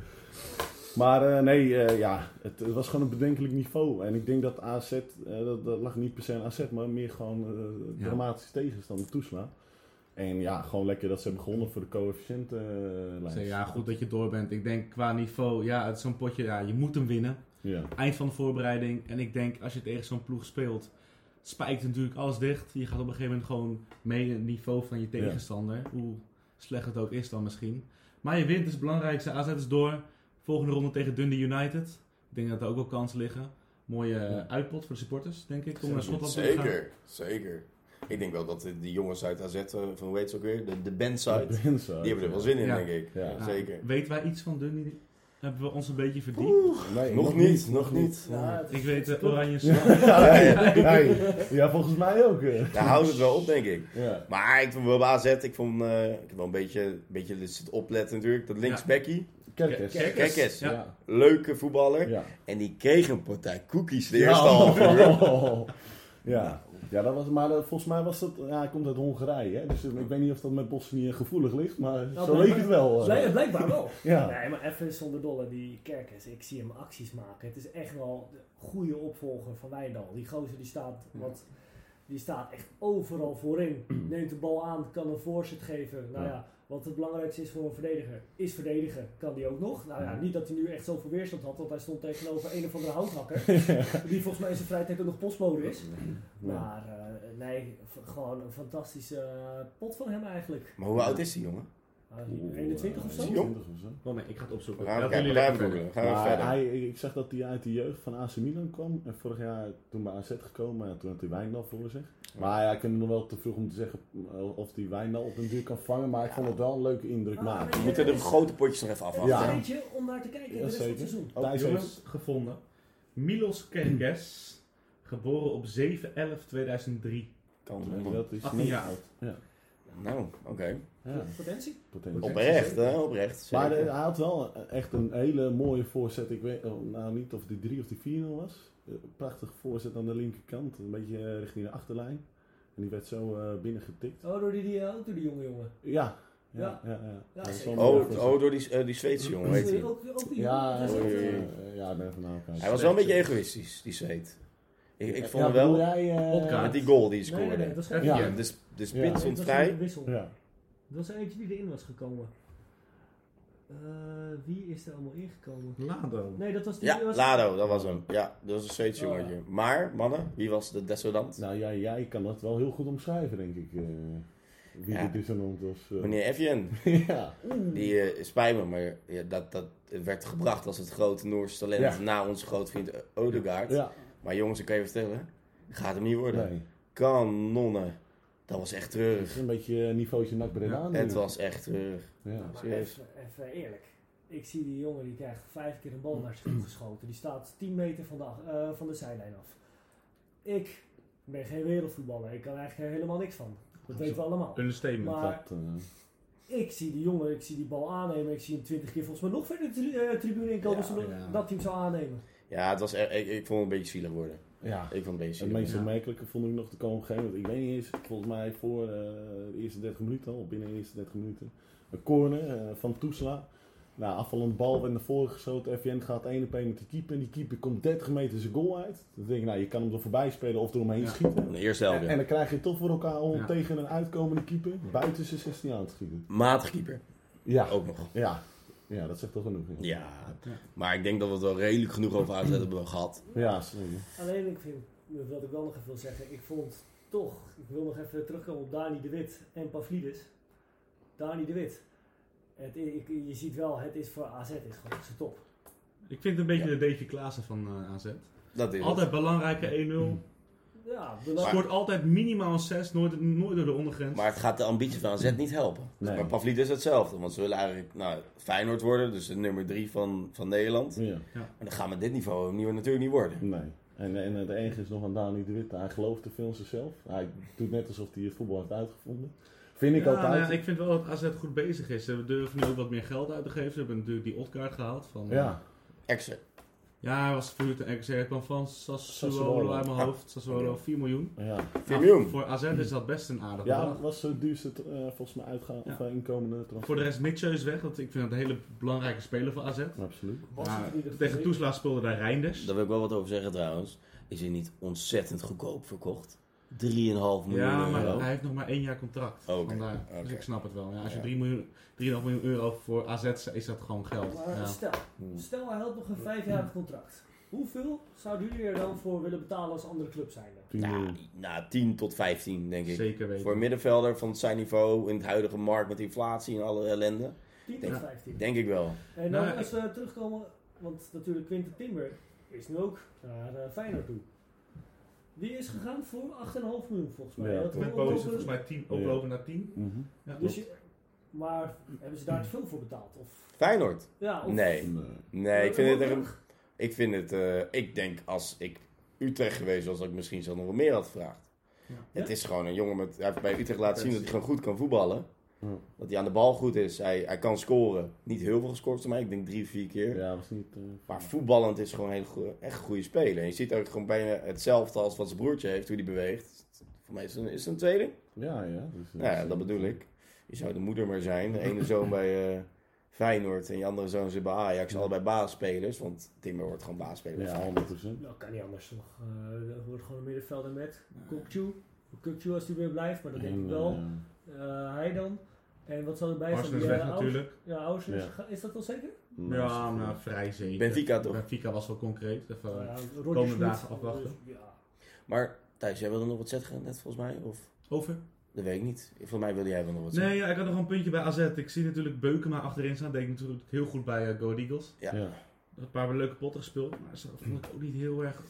Speaker 2: Maar eh, nee, eh, ja, het, het was gewoon een bedenkelijk niveau. En ik denk dat AZ, eh, dat, dat lag niet per se aan AZ, maar meer gewoon eh
Speaker 3: Ja.
Speaker 2: dramatische tegenstander toeslaan. En ja, gewoon lekker dat ze hebben gewonnen voor de coëfficiëntenlijst.
Speaker 3: Zei, Ja, goed dat je door bent. Ik denk qua niveau, ja, het is zo'n potje, ja, je moet hem winnen.
Speaker 2: Ja.
Speaker 3: Eind van de voorbereiding. En ik denk, als je tegen zo'n ploeg speelt, spijkt natuurlijk alles dicht. Je gaat op een gegeven moment gewoon mee in het niveau van je tegenstander. Hoe slecht het ook is dan misschien. Maar je wint is het belangrijkste. AZ is door. Volgende ronde tegen Dundee United. Ik denk dat er ook wel kansen liggen. Mooie eh, uitpot voor de supporters, denk ik. Om naar Schotland te gaan.
Speaker 1: Zeker, zeker. Ik denk wel dat de- die jongens uit AZ, eh, van hoe heet ze ook weer? De, de bandside.
Speaker 2: Die
Speaker 1: Die
Speaker 2: hebben
Speaker 1: hebben er wel zin in,
Speaker 3: Ja.
Speaker 1: denk ik.
Speaker 2: Ja.
Speaker 3: Ja,
Speaker 1: Zeker.
Speaker 3: Weten wij iets van Dundee? Hebben we ons een beetje verdiept?
Speaker 2: Nee,
Speaker 1: Nog niet, nog niet.
Speaker 4: Ja, het is-
Speaker 3: Ik weet
Speaker 4: het
Speaker 3: eh,
Speaker 4: is-
Speaker 3: Oranje
Speaker 2: Nee, nee. Ja, volgens mij ook. eh.
Speaker 1: Daar houdt het wel op, denk ik.
Speaker 2: Ja.
Speaker 1: Maar ik vond wel bij AZ, ik vond, eh, ik heb wel een beetje, een beetje zitten opletten natuurlijk. Dat links
Speaker 3: Ja.
Speaker 1: Becky,
Speaker 2: Kerkers.
Speaker 3: Kerkers.
Speaker 1: Kerkers,
Speaker 3: Ja.
Speaker 2: Ja.
Speaker 1: leuke voetballer.
Speaker 2: Ja.
Speaker 1: En die kreeg een partij cookies de
Speaker 2: Ja.
Speaker 1: eerste half uur.
Speaker 2: Ja. ja, dat was, maar dat- volgens mij was dat, ja, hij komt uit Hongarije, hè? dus ik weet niet of dat met Bosnië gevoelig ligt, maar
Speaker 4: Nou,
Speaker 2: zo leek
Speaker 4: blijkbaar-
Speaker 2: het wel. eh.
Speaker 4: Blijk- Blijkbaar wel.
Speaker 2: Ja.
Speaker 4: Nee, maar even zonder dolle, die Kerkers, ik zie hem acties maken. Het is echt wel de goede opvolger van Wijndal. Die gozer die staat, wat, die staat echt overal voorin. Neemt de bal aan, kan een voorzet geven. Nou
Speaker 2: Ja.
Speaker 4: ja, wat het belangrijkste is voor een verdediger, is verdedigen. Kan die ook nog? Nou ja,
Speaker 2: Ja.
Speaker 4: niet dat hij nu echt zoveel weerstand had, want hij stond tegenover een of andere houthakker. die volgens mij in zijn vrije tijd ook nog postbode is.
Speaker 2: Ja.
Speaker 4: Maar eh, nee, v- gewoon een fantastische eh, pot van hem eigenlijk.
Speaker 1: Maar hoe oud is die jongen?
Speaker 4: Nou, 21 of zo?
Speaker 1: Jong.
Speaker 2: 21 of zo.
Speaker 3: Moment, Oh ik ga het
Speaker 1: We
Speaker 3: opzoeken.
Speaker 1: gaan
Speaker 3: Laten
Speaker 1: even kijken, we
Speaker 3: jullie
Speaker 1: gaan even googlen.
Speaker 3: lekker
Speaker 1: Gaan we even
Speaker 2: Maar
Speaker 1: verder.
Speaker 2: hij, ik ik zag dat hij uit de jeugd van AC Milan kwam. En vorig jaar toen bij AZ gekomen. En toen had hij Wijndal voor zich. Maar ja, ik vind het nog wel te vroeg om te zeggen eh, of die Wijndal op een duur kan vangen. Maar ik vond het wel een leuke indruk
Speaker 4: Ah,
Speaker 2: maken.
Speaker 1: We moeten de grote potjes nog even
Speaker 4: Het
Speaker 1: afwachten.
Speaker 4: is
Speaker 2: Ja.
Speaker 4: een beetje om naar te kijken de rest van het
Speaker 2: Jazeker.
Speaker 4: seizoen.
Speaker 1: Oh,
Speaker 2: Thijs
Speaker 3: verder.
Speaker 2: heeft
Speaker 3: Jongens, gevonden. Milos Kerkes, geboren op 7-11-2003.
Speaker 1: Kans
Speaker 2: Nee,
Speaker 1: op.
Speaker 2: Dat is
Speaker 3: 18
Speaker 2: niet
Speaker 3: jaar
Speaker 2: oud. Ja,
Speaker 1: Nou, oké.
Speaker 2: ja
Speaker 4: Potentie?
Speaker 2: potentie.
Speaker 1: Oprecht, hè? Oprecht.
Speaker 2: Maar
Speaker 1: zeker.
Speaker 2: de- hij had wel eh, echt een hele mooie voorzet. Ik weet oh, nou niet of die 3 of die 4-0 was. Eh, Prachtige voorzet aan de linkerkant. Een beetje eh, richting de achterlijn. En die werd zo eh, binnengetikt.
Speaker 4: Oh, door die, die, eh, ook door die jonge jongen.
Speaker 2: Ja. Ja,
Speaker 4: Ja.
Speaker 2: ja, ja.
Speaker 4: Ja,
Speaker 2: Dat is
Speaker 4: zeker.
Speaker 2: wel een mooie
Speaker 1: Oh,
Speaker 2: voorzet.
Speaker 1: oh, door die, eh, die Zweedse jongen,
Speaker 4: Ook,
Speaker 1: weet hij.
Speaker 4: Dus, ook, ook die
Speaker 2: Ja,
Speaker 4: jongen. Dat is ook,
Speaker 1: oei,
Speaker 4: eh,
Speaker 1: oei.
Speaker 2: eh, ja, ik ben even aan het kijken.
Speaker 1: Hij was wel een beetje egoïstisch, die Zweed. Ik, ik vond hem wel,
Speaker 2: bedoel jij, eh,
Speaker 3: Wodka.
Speaker 1: met die goal die hij
Speaker 4: Nee, nee, nee,
Speaker 1: scoorde.
Speaker 4: dat is geen
Speaker 3: Ja.
Speaker 1: Ja, de, sp- de
Speaker 2: Ja.
Speaker 1: spits
Speaker 4: dat
Speaker 1: stond
Speaker 4: was
Speaker 1: vrij.
Speaker 4: een wissel.
Speaker 2: Ja.
Speaker 4: Dat was er eentje die erin was gekomen. Eh, wie is er allemaal ingekomen?
Speaker 3: Lado.
Speaker 4: Nee, dat was die...
Speaker 1: Ja,
Speaker 4: die was,
Speaker 1: Lado, dat was hem. Ja, dat was een Zweeds
Speaker 4: Oh, ja.
Speaker 1: jongetje. Maar, mannen, wie was de desodant?
Speaker 2: Nou, jij, jij kan dat wel heel goed omschrijven, denk ik. eh, wie
Speaker 1: Ja.
Speaker 2: de dissonant was. eh.
Speaker 1: Meneer Evjen.
Speaker 2: ja.
Speaker 1: Die eh spijt me, maar ja, dat, dat werd gebracht als het grote Noorse talent
Speaker 2: Ja.
Speaker 1: na onze grootvriend eh, Odegaard.
Speaker 2: ja,
Speaker 1: Maar jongens, ik kan je vertellen, gaat hem niet worden.
Speaker 2: nee.
Speaker 1: Kanonnen. Dat was echt
Speaker 2: Het
Speaker 1: treurig.
Speaker 2: is een beetje eh, niveautje nak Breda. nu.
Speaker 1: Het was echt treurig.
Speaker 2: Ja.
Speaker 4: Maar
Speaker 1: serieus.
Speaker 4: even, even eerlijk. Ik zie die jongen die krijgt vijf keer een bal naar zich toe geschoten. Die staat 10 meter van de, ach- eh, van de zijlijn af. Ik ben geen wereldvoetballer. Ik kan eigenlijk helemaal niks van. Dat weten we allemaal.
Speaker 3: Understatement.
Speaker 4: Maar
Speaker 2: Dat, eh,
Speaker 4: Ik zie die jongen, ik zie die bal aannemen. Ik zie hem twintig keer volgens mij nog verder de tri- eh, tribune inkomen.
Speaker 1: Ja,
Speaker 4: zodat
Speaker 3: ja.
Speaker 4: dat hij hem zou aannemen.
Speaker 1: Ja, het was echt, ik, ik vond het een beetje zielig worden.
Speaker 2: ja.
Speaker 1: Ik vond het een beetje
Speaker 2: Het
Speaker 1: zielig.
Speaker 2: meest opmerkelijke vond ik nog de KMG. Want ik weet niet eens, volgens mij voor eh, de eerste 30 minuten al, binnen de eerste 30 minuten, een corner eh, van Toesla. Nou, afvallende bal werd naar voren geschoten. FN gaat 1 op 1 met de keeper. En die keeper komt 30 meter zijn goal uit. Dan denk ik, nou, je kan hem er voorbij spelen of eromheen
Speaker 3: Ja.
Speaker 2: schieten.
Speaker 1: De eerste helft.
Speaker 2: En, en
Speaker 1: ja.
Speaker 2: dan krijg je het toch voor elkaar om
Speaker 3: Ja.
Speaker 2: tegen een uitkomende keeper buiten zijn 16 aan te schieten.
Speaker 1: Matig keeper.
Speaker 2: Ja,
Speaker 1: Ook nog.
Speaker 2: ja. ja dat zegt toch genoeg. Ja,
Speaker 1: Ja. Maar ik denk dat we het wel redelijk genoeg over AZ hebben gehad.
Speaker 2: ja sorry.
Speaker 4: Alleen ik vind, dat wil ik wel nog even wil zeggen. Ik vond toch, ik wil nog even terugkomen op Dani de Wit en Pavlidis. Dani de Wit. Het, i- ik, je ziet wel, het is voor AZ is gewoon zijn top.
Speaker 3: Ik vind het een beetje de Davy Klaassen van eh, AZ.
Speaker 1: Dat is het.
Speaker 3: Altijd belangrijke 1-0.
Speaker 4: Ja, belangrijk.
Speaker 3: Scoort altijd minimaal een 6, nooit, nooit door de ondergrens.
Speaker 1: Maar het gaat de ambitie van AZ niet helpen.
Speaker 2: Nee.
Speaker 1: Maar Pavlidis is hetzelfde. Want ze willen eigenlijk nou, Feyenoord worden. Dus de nummer drie van, van Nederland.
Speaker 2: Ja.
Speaker 1: En dat gaan we dit niveau opnieuw natuurlijk niet worden.
Speaker 2: Nee. En, en het enige is nog aan Dani de Wit. Hij gelooft te veel in zichzelf. Hij doet net alsof hij het voetbal heeft uitgevonden. Vind ik
Speaker 3: Ja, nou
Speaker 2: altijd.
Speaker 3: ja, ik vind wel dat AZ goed bezig is. Ze durven nu ook wat meer geld uit te geven. Ze hebben natuurlijk die Otkaart gehaald. Van, eh,
Speaker 2: Ja.
Speaker 1: Extra.
Speaker 3: ja, hij was verhuurd en ik zeg, hij kwam van Sassuolo,
Speaker 2: Sassuolo.
Speaker 3: uit mijn
Speaker 1: Ja.
Speaker 3: hoofd. Sassuolo, 4 miljoen.
Speaker 2: Ja.
Speaker 1: 4
Speaker 3: Nou,
Speaker 1: miljoen.
Speaker 3: Voor AZ is dat best een aardig
Speaker 2: ja,
Speaker 3: bedrag.
Speaker 2: het was zo duurste eh, volgens mij uitgaan
Speaker 3: Ja.
Speaker 2: of eh, inkomende transfer.
Speaker 3: Voor de rest Mitcheus weg. Dat, ik vind dat een hele belangrijke speler voor AZ.
Speaker 2: Absoluut.
Speaker 4: Was
Speaker 3: Ja,
Speaker 4: het in ieder geval
Speaker 3: tegen
Speaker 4: niet.
Speaker 3: Toesla speelde daar Reinders.
Speaker 1: Daar wil ik wel wat over zeggen trouwens. Is hij niet ontzettend goedkoop verkocht? 3,5 miljoen
Speaker 3: Ja, maar
Speaker 1: euro.
Speaker 3: hij heeft nog maar één jaar contract.
Speaker 1: eh, Oh, Oké, Ah,
Speaker 3: Vandaar. Dus
Speaker 1: oké.
Speaker 3: ik snap het wel. Ja, als je
Speaker 1: Ja.
Speaker 3: 3 miljoen, 3,5 miljoen euro voor AZ is dat gewoon geld.
Speaker 4: Maar eh,
Speaker 3: Ja.
Speaker 4: stel, stel hij had nog een vijfjarig contract. Hoeveel zouden jullie er dan voor willen betalen als andere club zijn?
Speaker 1: Nou, nou, 10 tot 15 denk ik.
Speaker 3: Zeker weten.
Speaker 1: Voor een middenvelder van zijn niveau in het huidige markt met inflatie en alle ellende.
Speaker 4: 10
Speaker 1: Denk-
Speaker 4: tot 15.
Speaker 1: Denk ik wel.
Speaker 4: En
Speaker 3: Nou,
Speaker 4: dan
Speaker 3: ik-
Speaker 4: als we terugkomen, want natuurlijk Quinten Timber is nu ook naar eh Feyenoord toe. Die is gegaan voor 8,5 miljoen volgens mij.
Speaker 2: Ja,
Speaker 4: dat
Speaker 3: Met
Speaker 4: wil-
Speaker 3: Boos is volgens mij 10, oplopen naar 10.
Speaker 2: Mhm.
Speaker 3: Ja,
Speaker 4: Dus
Speaker 3: dus
Speaker 4: je- maar hebben ze daar te veel voor betaald? Of,
Speaker 1: Feyenoord?
Speaker 4: ja, of-
Speaker 1: Nee.
Speaker 2: Nee.
Speaker 1: Nee, ik vind het...
Speaker 4: Of-
Speaker 1: echt een- Ik vind het... eh, ik denk als ik Utrecht geweest was, dat ik misschien zelf nog wel meer had gevraagd.
Speaker 3: Ja.
Speaker 1: Het is gewoon een jongen met... Hij heeft bij Utrecht laten zien dat hij gewoon goed kan voetballen.
Speaker 2: Ja.
Speaker 1: Dat hij aan de bal goed is. Hij, hij kan scoren. Niet heel veel gescoord voor mij. Ik denk drie, vier keer.
Speaker 2: Ja, was niet. eh,
Speaker 1: Maar voetballend is gewoon een hele goe- echt een goede speler. En je ziet ook gewoon bijna hetzelfde als wat zijn broertje heeft, hoe die beweegt. Voor mij is het een, is het een tweede.
Speaker 2: ja, ja. Dus, eh,
Speaker 1: Nou ja, dat bedoel ik. Je zou de moeder maar zijn. De ene zoon bij eh Feyenoord en die andere zoon zit bij Ajax. Allebei baasspelers, want Timmer wordt gewoon baasspeler. bij
Speaker 2: Ja,
Speaker 1: Feyenoord.
Speaker 2: 100%.
Speaker 4: Nou, kan niet anders toch. Eh, er wordt gewoon een middenvelder met Kokchu. Kokchu als hij weer blijft, maar dat denk ik
Speaker 2: En,
Speaker 4: wel.
Speaker 2: eh,
Speaker 4: Eh, hij dan. En wat zal erbij
Speaker 3: Arsenal
Speaker 4: zijn?
Speaker 3: is
Speaker 4: Die,
Speaker 3: weg
Speaker 4: eh, Aus-
Speaker 3: natuurlijk.
Speaker 4: Ja, Aus is,
Speaker 2: Ja.
Speaker 4: ge- is dat wel zeker?
Speaker 3: Ja, maar vrij zeker.
Speaker 1: Benfica toch?
Speaker 3: Benfica was wel concreet. Even,
Speaker 4: Ja,
Speaker 3: eh,
Speaker 4: Rodgers
Speaker 3: komende
Speaker 4: moet- Dus,
Speaker 3: dagen afwachten.
Speaker 4: Ja.
Speaker 1: Maar Thijs, jij wilde nog wat zeggen net volgens mij? Of?
Speaker 3: Over.
Speaker 1: Dat weet ik niet. Volgens mij wilde jij wel nog wat zeggen.
Speaker 3: Nee, ja, ik had nog een puntje bij AZ. Ik zie natuurlijk Beukema achterin staan. Dat deed ik natuurlijk heel goed bij eh, Go Ahead Eagles.
Speaker 1: Ja.
Speaker 2: Ja.
Speaker 3: Een paar wel leuke potten gespeeld. Maar ze vond ik ook niet heel erg,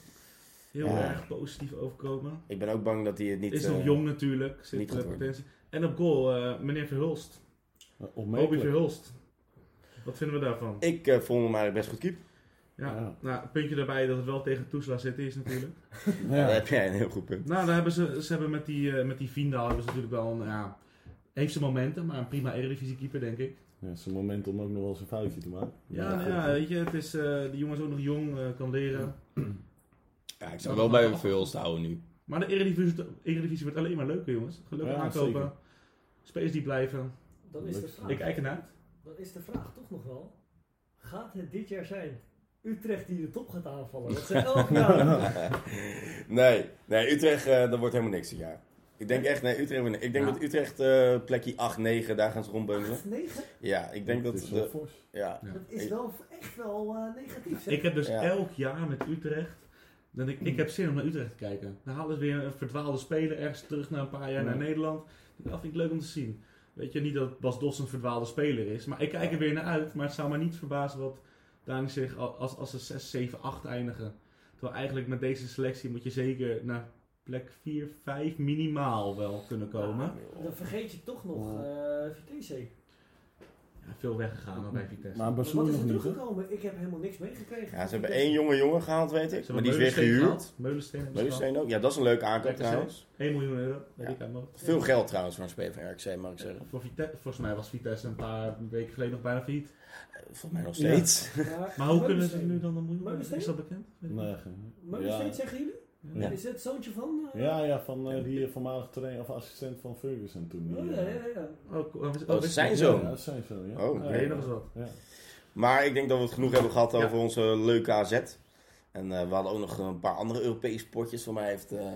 Speaker 3: heel
Speaker 1: Ja.
Speaker 3: erg positief overkomen.
Speaker 1: Ik ben ook bang dat hij het niet...
Speaker 3: Is
Speaker 1: eh,
Speaker 3: nog jong natuurlijk. Zit
Speaker 1: niet
Speaker 3: eh,
Speaker 1: goed worden.
Speaker 3: potentie. En op goal, eh, meneer Verhulst.
Speaker 2: Eh,
Speaker 3: Obi
Speaker 2: Opmerkelijk.
Speaker 3: Verhulst. Wat vinden we daarvan?
Speaker 1: Ik eh, vond hem eigenlijk best goed keep.
Speaker 3: Ja.
Speaker 2: Ja.
Speaker 3: Nou, een puntje daarbij dat het wel tegen Toesla City is natuurlijk.
Speaker 1: Daar
Speaker 2: Ja.
Speaker 1: heb jij een heel goed punt.
Speaker 3: Nou, daar hebben ze, ze hebben met die, eh met die Vindal hebben ze natuurlijk wel een, ja, heeft ze momenten, maar een prima Eredivisie keeper denk ik.
Speaker 2: Ja, zijn moment om ook nog wel eens een foutje te maken.
Speaker 3: Ja, nou ja, weet je, het is, eh die jongen is ook nog jong, eh, kan leren.
Speaker 1: Ja, ik zou wel bij veel houden nu.
Speaker 3: Maar de Eredivisie, Eredivisie wordt alleen maar leuker jongens. Gelukkig
Speaker 2: Ja,
Speaker 3: aankopen,
Speaker 2: zeker.
Speaker 3: spelers die blijven.
Speaker 4: Dan is de
Speaker 2: Leuk.
Speaker 4: vraag.
Speaker 3: Ik kijk ernaar.
Speaker 4: Dan is de vraag toch nog wel. Gaat het dit jaar zijn? Utrecht die de top gaat aanvallen. Dat zijn elk jaar.
Speaker 1: Nee, nee Utrecht, eh, dat wordt helemaal niks dit jaar. Ik denk echt, nee, Utrecht, wordt- ik denk
Speaker 3: Ja.
Speaker 1: dat Utrecht eh, plekje 8, 9, daar gaan ze rondbeunen.
Speaker 4: 9?
Speaker 1: Ja, ik denk dat...
Speaker 2: Het is wel
Speaker 1: de-
Speaker 2: fors.
Speaker 1: ja.
Speaker 3: Ja.
Speaker 4: Dat is wel echt wel eh, negatief. zeg.
Speaker 3: Ik heb dus
Speaker 1: Ja.
Speaker 3: elk jaar met Utrecht, dan denk ik, ik heb zin om naar Utrecht te kijken. Dan halen ze weer een verdwaalde speler ergens terug na een paar jaar naar
Speaker 2: Ja.
Speaker 3: Nederland. Dat vind ik leuk om te zien. Weet je, niet dat Bas Dos een verdwaalde speler is, maar ik kijk er weer naar uit. Maar het zou me niet verbazen wat Dani zegt al- als, als ze 6, 7, 8 eindigen. Terwijl eigenlijk met deze selectie moet je zeker naar plek 4, 5 minimaal wel kunnen komen.
Speaker 4: Dan vergeet je toch nog eh Vitesse.
Speaker 3: Ja, veel weggegaan dan bij Vitesse.
Speaker 2: Maar
Speaker 4: Maar wat
Speaker 2: Bassoen
Speaker 4: is er
Speaker 2: nog niet, hè?
Speaker 4: teruggekomen? Ik heb helemaal niks meegekregen.
Speaker 1: ja, ze hebben één jonge jongen gehaald, weet ik.
Speaker 3: Ze
Speaker 1: Maar
Speaker 3: hebben
Speaker 1: die is weer
Speaker 3: Meulensteen
Speaker 1: gehuurd.
Speaker 3: gehaald. Meulensteen hebben ze gehaald.
Speaker 1: Meulensteen ook. Ja, dat is een leuke aankoop
Speaker 3: Lekker zo.
Speaker 1: trouwens.
Speaker 3: 1 miljoen euro. weet
Speaker 1: Ja.
Speaker 3: ik uit mijn hoofd.
Speaker 1: Veel geld trouwens voor een speler van RKC, mag ik zeggen.
Speaker 3: Voor Vite- volgens mij was Vitesse een paar weken geleden nog bijna failliet.
Speaker 1: Volgens mij nog steeds.
Speaker 3: Maar hoe kunnen ze nu dan een miljoen?
Speaker 4: Meulensteen?
Speaker 3: Is dat bekend? Weet ik
Speaker 2: Nee.
Speaker 3: niet.
Speaker 2: geen-
Speaker 4: Maar
Speaker 2: Ja.
Speaker 4: steeds zeggen jullie?
Speaker 1: Ja.
Speaker 4: Is het zoontje van? eh,
Speaker 2: Ja, ja, van eh, die voormalig trainer of assistent van Ferguson toen. Die,
Speaker 4: Oh, ja, ja, ja.
Speaker 3: Oh, ko- oh, wist-
Speaker 1: Oh,
Speaker 3: wist-
Speaker 1: zijn
Speaker 2: ja,
Speaker 1: zoon.
Speaker 2: ja, dat zijn zo, ja.
Speaker 1: Oh,
Speaker 2: Ja,
Speaker 1: oké.
Speaker 3: Nee,
Speaker 2: ja.
Speaker 3: nog eens wat.
Speaker 2: Ja.
Speaker 1: Maar ik denk dat we het genoeg hebben gehad
Speaker 3: Ja.
Speaker 1: over onze leuke AZ. En eh, we hadden ook nog een paar andere Europese potjes. Voor mij heeft eh,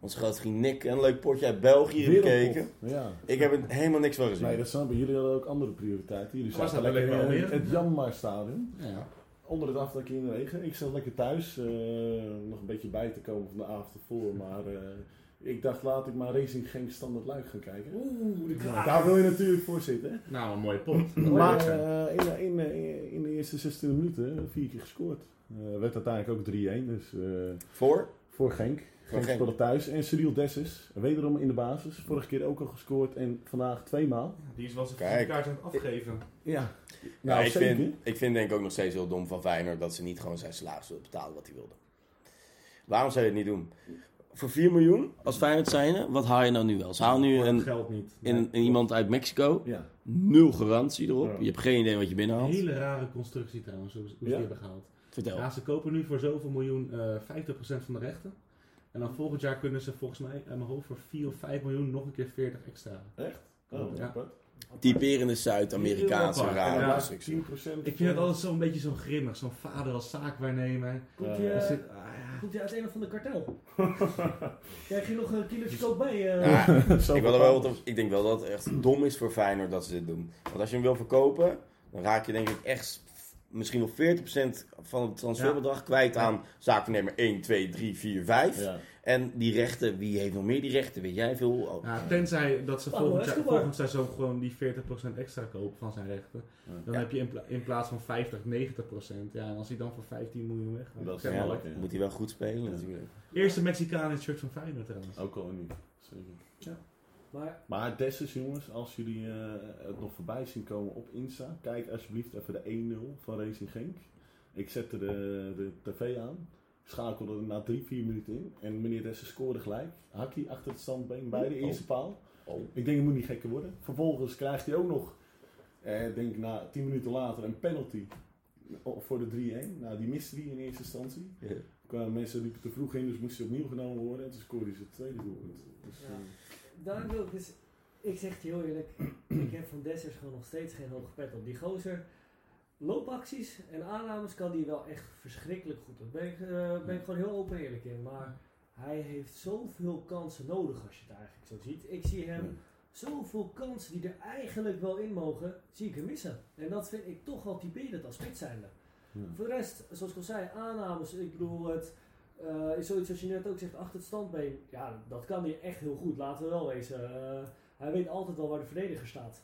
Speaker 1: onze grote vriend Nick een leuk potje uit België bekeken.
Speaker 2: Wereldpop, Ja.
Speaker 1: Ik heb er helemaal niks van gezien.
Speaker 2: Nee, dat snap ik. Jullie hadden ook andere prioriteiten. Jullie
Speaker 3: Maar
Speaker 2: zaten
Speaker 3: dat
Speaker 2: lekker
Speaker 3: leek me
Speaker 2: in
Speaker 3: wel
Speaker 2: het-
Speaker 3: weer.
Speaker 2: het Janmar Stadion.
Speaker 3: Ja.
Speaker 2: Onder het afdakje in de regen. Ik zat lekker thuis. eh, nog een beetje bij te komen van de avond ervoor. Maar eh, ik dacht, laat ik maar Racing Genk Standard Luik gaan kijken.
Speaker 4: Oeh, de kraak.
Speaker 2: Daar wil je natuurlijk voor zitten. hè?
Speaker 3: Nou, een mooie pot.
Speaker 2: Maar eh, in, in, eh, in de eerste 16 minuten vier keer gescoord. Eh, werd uiteindelijk ook 3-1. Dus eh,
Speaker 1: Voor?
Speaker 2: voor Genk. Genk
Speaker 1: Genk.
Speaker 2: speelde thuis. En Cyril Dessus, wederom in de basis. Vorige keer ook al gescoord en vandaag tweemaal.
Speaker 3: Die is wel zijn
Speaker 1: Kijk.
Speaker 3: kaart aan het afgeven.
Speaker 2: Ja,
Speaker 1: Nou,
Speaker 2: nou,
Speaker 1: ik,
Speaker 2: zeker.
Speaker 1: vind, ik vind denk ik ook nog steeds heel dom van Feyenoord dat ze niet gewoon zijn salaris willen betalen wat hij wilde. Waarom zou je het niet doen? Voor 4 miljoen, als Feyenoord zijnde, wat haal je nou nu wel? Ze halen nu
Speaker 3: Maar
Speaker 1: een,
Speaker 3: dat geldt niet.
Speaker 1: een, een iemand uit Mexico,
Speaker 2: Ja.
Speaker 1: nul garantie erop.
Speaker 2: Ja.
Speaker 1: Je hebt geen idee wat je
Speaker 3: Een
Speaker 1: binnenhaalt.
Speaker 3: hele rare constructie trouwens, hoe, ze- hoe ze
Speaker 2: Ja?
Speaker 3: die hebben gehaald.
Speaker 1: Vertel.
Speaker 3: Ja, ze kopen nu voor zoveel miljoen eh 50% van de rechten. En dan volgend jaar kunnen ze volgens mij aan mijn hoofd voor 4 of 5 miljoen nog een keer 40 extra.
Speaker 2: Oh,
Speaker 3: Ja.
Speaker 2: apart.
Speaker 1: Typerende Zuid-Amerikaanse
Speaker 3: Heel apart.
Speaker 1: rare
Speaker 3: Ja.
Speaker 1: constructie.
Speaker 2: 10%.
Speaker 3: Ik vind het altijd zo'n beetje zo'n grimmig, zo'n vader als zaakwaarnemer.
Speaker 4: Komt
Speaker 2: Eh,
Speaker 4: je,
Speaker 3: Dan zit- ah, ja.
Speaker 4: komt je uit een of ander kartel? Krijg je nog een kilootje kook bij? eh?
Speaker 1: Ja,
Speaker 2: Zo
Speaker 1: ik, wil er wel wat
Speaker 2: bepaald.
Speaker 1: op- ik denk wel dat het echt dom is voor Feyenoord dat ze dit doen. Want als je hem wil verkopen, dan raak je denk ik echt misschien wel 40% van het transferbedrag kwijt aan zaakvernemer 1, 2, 3, 4, 5.
Speaker 2: Ja.
Speaker 1: En die rechten, wie heeft nog meer die rechten? Weet jij veel? Oh,
Speaker 3: Ja, tenzij dat ze
Speaker 4: Pablo
Speaker 3: volgend, jaar,
Speaker 4: Escobar.
Speaker 3: volgend seizoen gewoon die 40% extra kopen van zijn rechten. Dan
Speaker 1: Ja.
Speaker 3: heb je in, pla- in plaats van 50, 90%. Ja, en als hij dan voor 15 miljoen weggaat.
Speaker 2: Dat is
Speaker 3: zeg
Speaker 1: ja,
Speaker 3: maar
Speaker 2: wel
Speaker 3: wat.
Speaker 2: lekker.
Speaker 1: Moet hij wel goed spelen
Speaker 2: Ja.
Speaker 1: natuurlijk.
Speaker 3: Eerste Mexicaan in het shirt van Feyenoord trouwens.
Speaker 2: Ook al niet. Zeker.
Speaker 4: Maar
Speaker 2: Maar desnoods jongens, als jullie eh, het nog voorbij zien komen op Insta, kijk alsjeblieft even de 1-0 van Racing Genk. Ik zette de, de tv aan, schakelde er na 3-4 minuten in en meneer Dessen scoorde gelijk. Hakkie achter het standbeen bij de eerste paal.
Speaker 1: Oh.
Speaker 2: Ik denk, het moet niet gekker worden. Vervolgens krijgt hij ook nog, eh, ik denk na 10 minuten later, een penalty voor de 3-1. Nou, die miste die in eerste instantie.
Speaker 1: Ja.
Speaker 2: Kwamen mensen liepen te vroeg in, dus moest hij opnieuw genomen worden. En toen scoorde hij zijn tweede doelpunt. Dus,
Speaker 4: Ja.
Speaker 2: eh,
Speaker 4: daar wil ik dus... Ik zeg het je heel eerlijk. ik heb van Dessers gewoon nog steeds geen hoge pet op. Die gozer... Loopacties en aannames kan die wel echt verschrikkelijk goed. Daar ben ik, eh, ben ik gewoon heel open en eerlijk in. Maar hij heeft zoveel kansen nodig als je het eigenlijk zo ziet. Ik zie hem
Speaker 2: Ja.
Speaker 4: zoveel kansen die er eigenlijk wel in mogen, zie ik hem missen. En dat vind ik toch wel typerend als spits zijnde.
Speaker 2: ja.
Speaker 4: Voor de rest, zoals ik al zei, aannames. Ik bedoel, het eh, is zoiets als je net ook zegt, achter het standbeen. Ja, dat kan hij echt heel goed, laten we wel wezen. Eh, hij weet altijd wel waar de verdediger staat.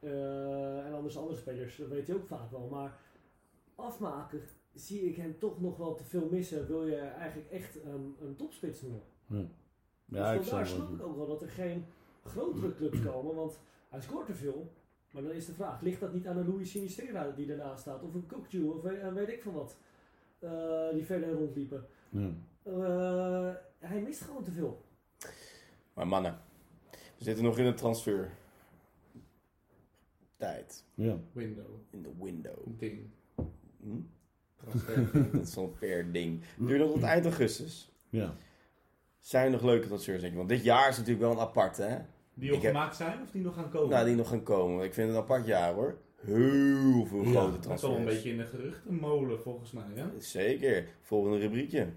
Speaker 4: Eh, en anders andere spelers, dat weet hij ook vaak wel. Maar afmaken zie ik hem toch nog wel te veel missen. Wil je eigenlijk echt een, een topspits noemen?
Speaker 2: Ja,
Speaker 4: dus
Speaker 2: ik
Speaker 4: vandaar
Speaker 2: snap
Speaker 4: snap
Speaker 2: het.
Speaker 4: ik ook wel dat er geen grotere clubs komen, want hij scoort te veel. Maar dan is de vraag, ligt dat niet aan een Louis Sinistera die daarnaast staat? Of een Kokju, of we- en weet ik van wat, eh, die verder rondliepen.
Speaker 2: Ja.
Speaker 4: Eh, hij mist gewoon te veel.
Speaker 1: Maar mannen, we zitten nog in de transfer. Tijd.
Speaker 2: Ja.
Speaker 5: Window.
Speaker 1: In de window.
Speaker 5: Ding.
Speaker 1: Hm?
Speaker 5: Transfer.
Speaker 1: Dat is zo'n fair ding. Duurt nog tot eind augustus.
Speaker 2: Ja.
Speaker 1: Zijn er nog leuke transfers, denk ik? Want dit jaar is natuurlijk wel een aparte, hè?
Speaker 3: Die al
Speaker 1: Ik heb-
Speaker 3: gemaakt zijn of die nog gaan komen?
Speaker 1: Nou, die nog gaan komen. Ik vind het een apart jaar, hoor. Heel veel
Speaker 2: Ja,
Speaker 1: grote
Speaker 2: dat
Speaker 3: dat is wel
Speaker 1: transfers.
Speaker 3: een beetje in de geruchtenmolen volgens mij. Hè?
Speaker 1: Zeker. Volgende rubriekje.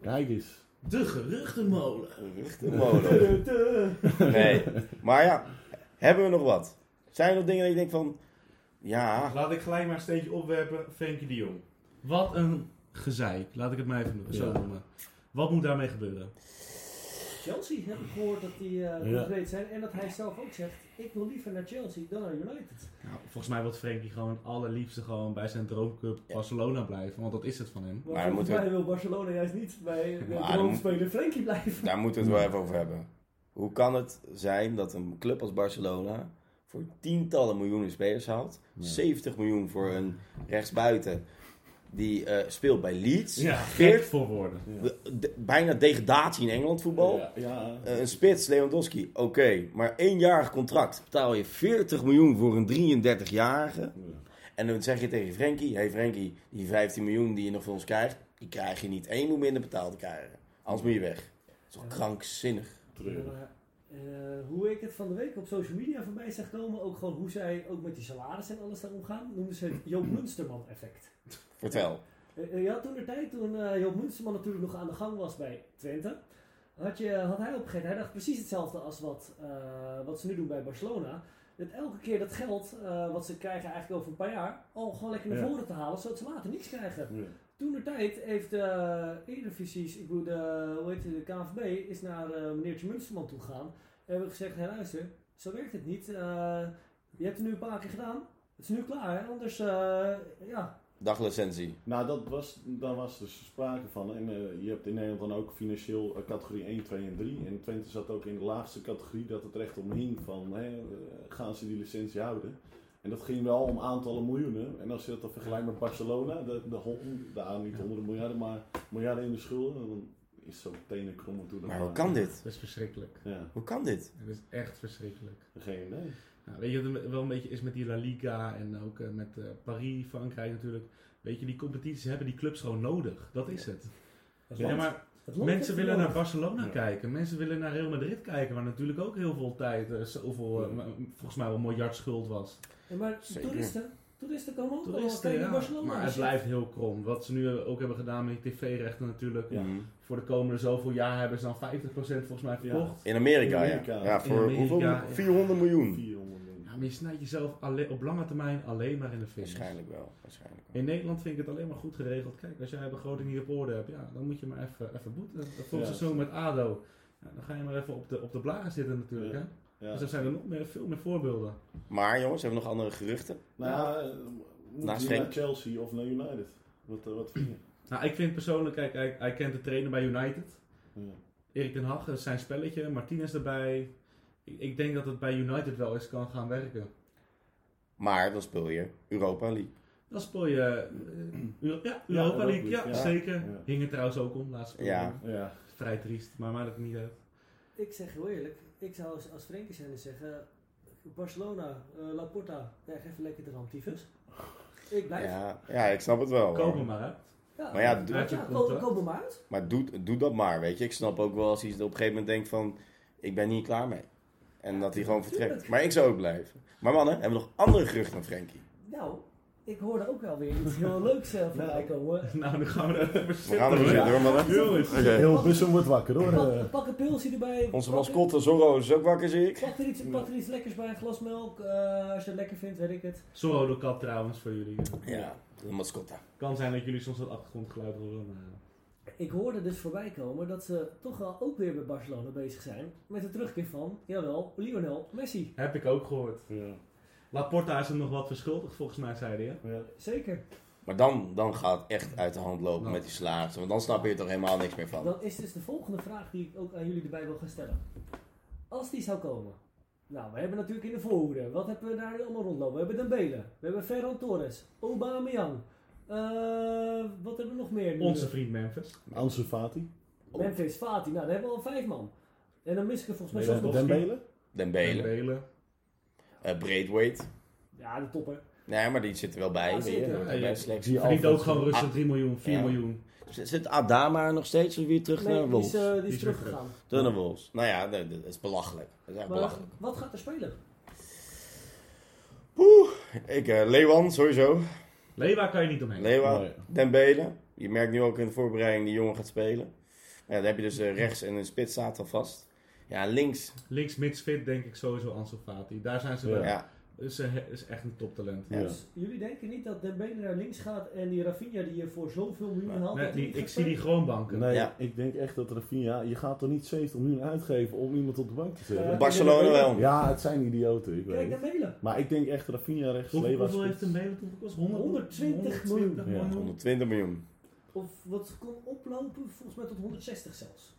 Speaker 2: Kijk eens.
Speaker 3: De geruchtenmolen.
Speaker 1: Ruchtenmolen. Nee. Maar ja, hebben we nog wat? Zijn er nog dingen dat je denkt van... Ja,
Speaker 3: Dus Laat ik gelijk maar een steentje opwerpen. Frenkie de Jong. Wat een gezeik. Laat ik het maar even zo
Speaker 2: Ja.
Speaker 3: noemen. Wat moet daarmee gebeuren?
Speaker 4: Chelsea heb ik gehoord dat die eh
Speaker 2: Ja.
Speaker 4: concreet zijn en dat hij zelf ook zegt, ik wil liever naar Chelsea dan naar United.
Speaker 3: Nou, volgens mij wil Frenkie gewoon het allerliefste gewoon bij zijn droomclub Barcelona blijven. Want dat is het van hem.
Speaker 4: Maar,
Speaker 1: Maar
Speaker 4: volgens
Speaker 1: moeten we-
Speaker 4: mij wil Barcelona juist niet bij de
Speaker 1: Maar dan-
Speaker 4: droomspeler Frenkie blijven.
Speaker 1: daar moeten we het wel even over hebben. Hoe kan het zijn dat een club als Barcelona... voor tientallen miljoenen spelers haalt... 70 miljoen voor een rechtsbuiten... die eh, speelt bij Leeds...
Speaker 3: Ja,
Speaker 1: Geert-
Speaker 3: gek voor woorden.
Speaker 1: De- de- bijna degradatie in Engeland voetbal...
Speaker 2: Ja. ja.
Speaker 1: Eh, een spits, Lewandowski, oké. Maar éénjarig contract betaal je 40 miljoen voor een 33-jarige. En dan zeg je tegen Frenkie... hey Frenkie, die 15 miljoen die je nog van ons krijgt... die krijg je niet één miljoen minder betaald te krijgen. Anders moet je weg. Dat is toch krankzinnig.
Speaker 2: Treurig.
Speaker 4: Maar, eh, hoe ik het van de week op social media voorbij zag komen, ook gewoon hoe zij ook met die salaris en alles daar omgaan, noemden ze het Joop Munsterman effect.
Speaker 1: Vertel.
Speaker 4: Eh, eh, ja, toen de tijd, toen eh, Joop Munsterman natuurlijk nog aan de gang was bij Twente, had, je, had hij opgegeven, hij dacht precies hetzelfde als wat, eh, wat ze nu doen bij Barcelona. Dat elke keer dat geld eh, wat ze krijgen eigenlijk over een paar jaar, al gewoon lekker naar
Speaker 2: Ja.
Speaker 4: voren te halen, zodat ze later niks krijgen.
Speaker 2: Ja.
Speaker 4: Toen de tijd heeft de Eredivisies, ik bedoel de, hoe heet het, de KNVB, is naar eh meneertje Munsterman toe gegaan. En hebben gezegd, hé luister, zo werkt het niet. Eh, je hebt het nu een paar keer gedaan, het is nu klaar. Hè? Anders, eh, ja,
Speaker 1: Daglicentie.
Speaker 2: Nou, dat was, daar was dus sprake van. En eh, je hebt in Nederland dan ook financieel eh, categorie 1, 2 en 3. En Twente zat ook in de laagste categorie dat het recht omhing van hè, eh, gaan ze die licentie houden. En dat ging wel om aantallen miljoenen. En als je dat dan vergelijkt met Barcelona, de, de, hon- de ah, niet honderden miljarden, maar miljarden in de schulden, dan is zo tenen krommen toe.
Speaker 1: Maar hoe kan dit?
Speaker 3: Dat is verschrikkelijk.
Speaker 2: Ja,
Speaker 1: Hoe kan dit?
Speaker 3: Het is echt verschrikkelijk.
Speaker 2: geen idee.
Speaker 3: Nou, weet je wat het wel een beetje is met die La Liga en ook eh, met eh, Paris, Frankrijk natuurlijk. Weet je, die competities hebben die clubs gewoon nodig. Dat is het.
Speaker 4: het
Speaker 3: Ja,
Speaker 4: land-
Speaker 3: maar
Speaker 4: het land
Speaker 3: mensen
Speaker 4: heeft
Speaker 3: willen naar
Speaker 4: verloren.
Speaker 3: Barcelona
Speaker 2: Ja.
Speaker 3: kijken. Mensen willen naar Real Madrid kijken, waar natuurlijk ook heel veel tijd, eh, zoveel, eh,
Speaker 2: Ja.
Speaker 3: m- volgens mij wel een miljard schuld was.
Speaker 4: Ja, maar
Speaker 1: Zeker.
Speaker 4: toeristen, toeristen komen ook wel
Speaker 3: Toeristen,
Speaker 4: kijken
Speaker 3: ja.
Speaker 4: naar Barcelona.
Speaker 3: Maar het blijft heel krom. Wat ze nu ook hebben gedaan met die tv-rechten natuurlijk.
Speaker 2: Ja.
Speaker 1: Mhm.
Speaker 3: Voor de komende zoveel jaar hebben ze dan 50% volgens mij
Speaker 2: Ja.
Speaker 3: verkocht.
Speaker 1: In Amerika,
Speaker 2: In Amerika.
Speaker 1: ja. Ja,
Speaker 3: In
Speaker 1: voor
Speaker 3: Amerika,
Speaker 1: hoeveel?
Speaker 3: ja.
Speaker 1: 400 miljoen.
Speaker 2: 400 miljoen.
Speaker 3: Ja, maar je snijdt jezelf alleen, op lange termijn alleen maar in de vingers.
Speaker 1: Waarschijnlijk wel. Waarschijnlijk wel.
Speaker 3: In Nederland vind ik het alleen maar goed geregeld. Kijk, als jij een begroting niet op orde hebt, ja, dan moet je maar even, even boeten. Dat volgens het
Speaker 2: Ja.
Speaker 3: zo met ADO. Ja, dan ga je maar even op de, op de blaren zitten natuurlijk.
Speaker 2: Ja.
Speaker 3: Hè?
Speaker 2: Ja.
Speaker 3: Dus er zijn er nog meer, veel meer voorbeelden.
Speaker 1: Maar jongens, hebben we nog andere geruchten?
Speaker 2: Nou ja, eh, moet
Speaker 1: Naast
Speaker 2: hij
Speaker 1: Henk.
Speaker 2: naar Chelsea of naar United? Wat, eh, wat vind je?
Speaker 3: Nou, ik vind persoonlijk, kijk, hij, hij kent de trainer bij United.
Speaker 2: Ja.
Speaker 3: Erik ten Hag, dat is zijn spelletje. Martinez erbij. Ik, ik denk dat het bij United wel eens kan gaan werken.
Speaker 1: Maar dan speel je Europa League.
Speaker 3: Dan speel je eh, Euro- ja, Europa
Speaker 2: Europa
Speaker 3: League, ja,
Speaker 2: League, ja.
Speaker 3: zeker.
Speaker 2: Ja.
Speaker 3: Hing er trouwens ook om, laatst.
Speaker 1: Ja. Oh,
Speaker 2: Ja.
Speaker 3: Vrij triest, maar maakt het niet uit.
Speaker 4: Ik zeg heel eerlijk, ik zou als, als Frenkie zijn zeggen, Barcelona, eh, Laporta, ja, geef even lekker de ramp, tyfus. Ik blijf. Ja.
Speaker 1: Ja, ja, ik snap het wel.
Speaker 3: Koop hem maar uit.
Speaker 1: Maar ja,
Speaker 4: ja,
Speaker 3: doe-
Speaker 4: kom, kom er maar uit.
Speaker 1: Maar doe, doe dat maar, weet je. Ik snap ook wel als hij op een gegeven moment denkt van... Ik ben hier klaar mee. En dat hij gewoon vertrekt. Maar ik zou ook blijven. Maar mannen, hebben we nog andere geruchten van Frenkie?
Speaker 4: Nou, ik hoorde ook wel weer iets heel leuks eh, voorbij komen.
Speaker 3: Nou, dan gaan we er even
Speaker 1: We gaan er weer
Speaker 3: zitten.
Speaker 1: zitten hoor, mannen.
Speaker 3: Jongens.
Speaker 1: Oké.
Speaker 2: Heel Bussum wordt wakker hoor. eh.
Speaker 4: Pak, pak een pilsje erbij.
Speaker 1: Onze
Speaker 4: pak-
Speaker 1: mascotte Zorro is ook wakker, zie ik.
Speaker 4: Pak er, iets, pak er iets lekkers bij, een glas melk, eh, als je het lekker vindt, weet ik het.
Speaker 3: Zorro de kat trouwens voor jullie.
Speaker 1: Ja, de mascotte.
Speaker 3: Kan zijn dat jullie soms wat achtergrondgeluid horen. Maar... eh,
Speaker 4: Ik hoorde dus voorbij komen dat ze toch wel ook weer bij Barcelona bezig zijn. Met de terugkeer van, jawel, Lionel Messi.
Speaker 3: Heb ik ook gehoord.
Speaker 2: Ja.
Speaker 3: Laporta is hem nog wat verschuldigd, volgens mij, zei hij. hè?
Speaker 2: Ja.
Speaker 4: Zeker.
Speaker 1: Maar dan, dan gaat het echt uit de hand lopen
Speaker 4: Nou.
Speaker 1: met die slaagsen. Want dan snap je er toch helemaal niks meer van.
Speaker 4: Dan is dus de volgende vraag die ik ook aan jullie erbij wil gaan stellen. Als die zou komen. Nou, we hebben natuurlijk in de voorhoede. Wat hebben we daar nu allemaal rondlopen? We hebben Dembele. We hebben Ferran Torres. Aubameyang. Eh, wat hebben we nog meer? nu?
Speaker 3: Onze vriend Memphis.
Speaker 2: Ansu Fati.
Speaker 1: Oh,
Speaker 4: Memphis, Fati. Nou, daar hebben we al vijf man. En dan mis ik er volgens
Speaker 2: Nee,
Speaker 4: mij
Speaker 2: dat
Speaker 4: zelfs
Speaker 2: is
Speaker 4: nog...
Speaker 2: Dembele.
Speaker 1: Dembele,
Speaker 3: Dembele.
Speaker 1: eh Braithwaite.
Speaker 4: Ja, de topper.
Speaker 1: Nee, maar die zit er wel bij.
Speaker 4: Ja,
Speaker 1: weet je.
Speaker 4: zeker.
Speaker 1: Hoort er
Speaker 3: Ja,
Speaker 1: bij
Speaker 3: ja.
Speaker 1: de selectie.
Speaker 2: Zie je
Speaker 3: Verdient
Speaker 2: Alfred.
Speaker 3: ook gewoon rustig
Speaker 1: Ah.
Speaker 3: 3 miljoen, 4
Speaker 1: Ja.
Speaker 3: miljoen.
Speaker 1: Zit- Zit Adama nog steeds of weer terug
Speaker 4: Nee,
Speaker 1: naar
Speaker 4: die is,
Speaker 1: Wolves?
Speaker 4: eh, die
Speaker 3: Die
Speaker 4: is
Speaker 3: is
Speaker 4: teruggegaan.
Speaker 1: Tunnelwolves. Nou ja, dat dat is belachelijk. Dat is echt
Speaker 4: Maar
Speaker 1: belachelijk.
Speaker 4: wat gaat er spelen?
Speaker 1: Ik, eh, Leeuwan sowieso.
Speaker 3: Lewa kan je niet omheen.
Speaker 1: Leeuwen,
Speaker 2: Nee.
Speaker 1: Dembele. Je merkt nu ook in de voorbereiding die jongen gaat spelen. Ja, dan heb je dus eh, rechts en een spits staat al vast. Ja, links.
Speaker 3: Links midsfit denk ik sowieso Ansel Fati. Daar zijn ze
Speaker 2: Ja.
Speaker 3: wel.
Speaker 1: Ja,
Speaker 3: Is, eh, is echt een toptalent.
Speaker 2: Ja.
Speaker 4: Dus jullie denken niet dat Dembele naar links gaat en die Rafinha die je voor zoveel miljoen haalt...
Speaker 3: Nee,
Speaker 4: dat hij
Speaker 3: die- ik
Speaker 4: gaat
Speaker 3: zie die
Speaker 4: spelen?
Speaker 3: gewoon banken.
Speaker 2: Nee,
Speaker 1: Ja.
Speaker 2: ik denk echt dat Rafinha... Je gaat toch niet 70 miljoen uitgeven om iemand op de bank te zetten?
Speaker 4: Ja.
Speaker 1: Barcelona wel.
Speaker 2: Ja, het zijn idioten, ik weet
Speaker 4: Eh, Kijk,
Speaker 2: het.
Speaker 4: Dembele.
Speaker 2: Maar ik denk echt Rafinha rechts,
Speaker 3: Hoeveel,
Speaker 2: Lewa
Speaker 3: hoeveel heeft
Speaker 2: spits.
Speaker 3: een Belen toegekost? 100,
Speaker 4: 120 miljoen.
Speaker 2: Ja.
Speaker 1: 120 miljoen.
Speaker 4: Of wat kon oplopen, volgens mij tot 160 zelfs.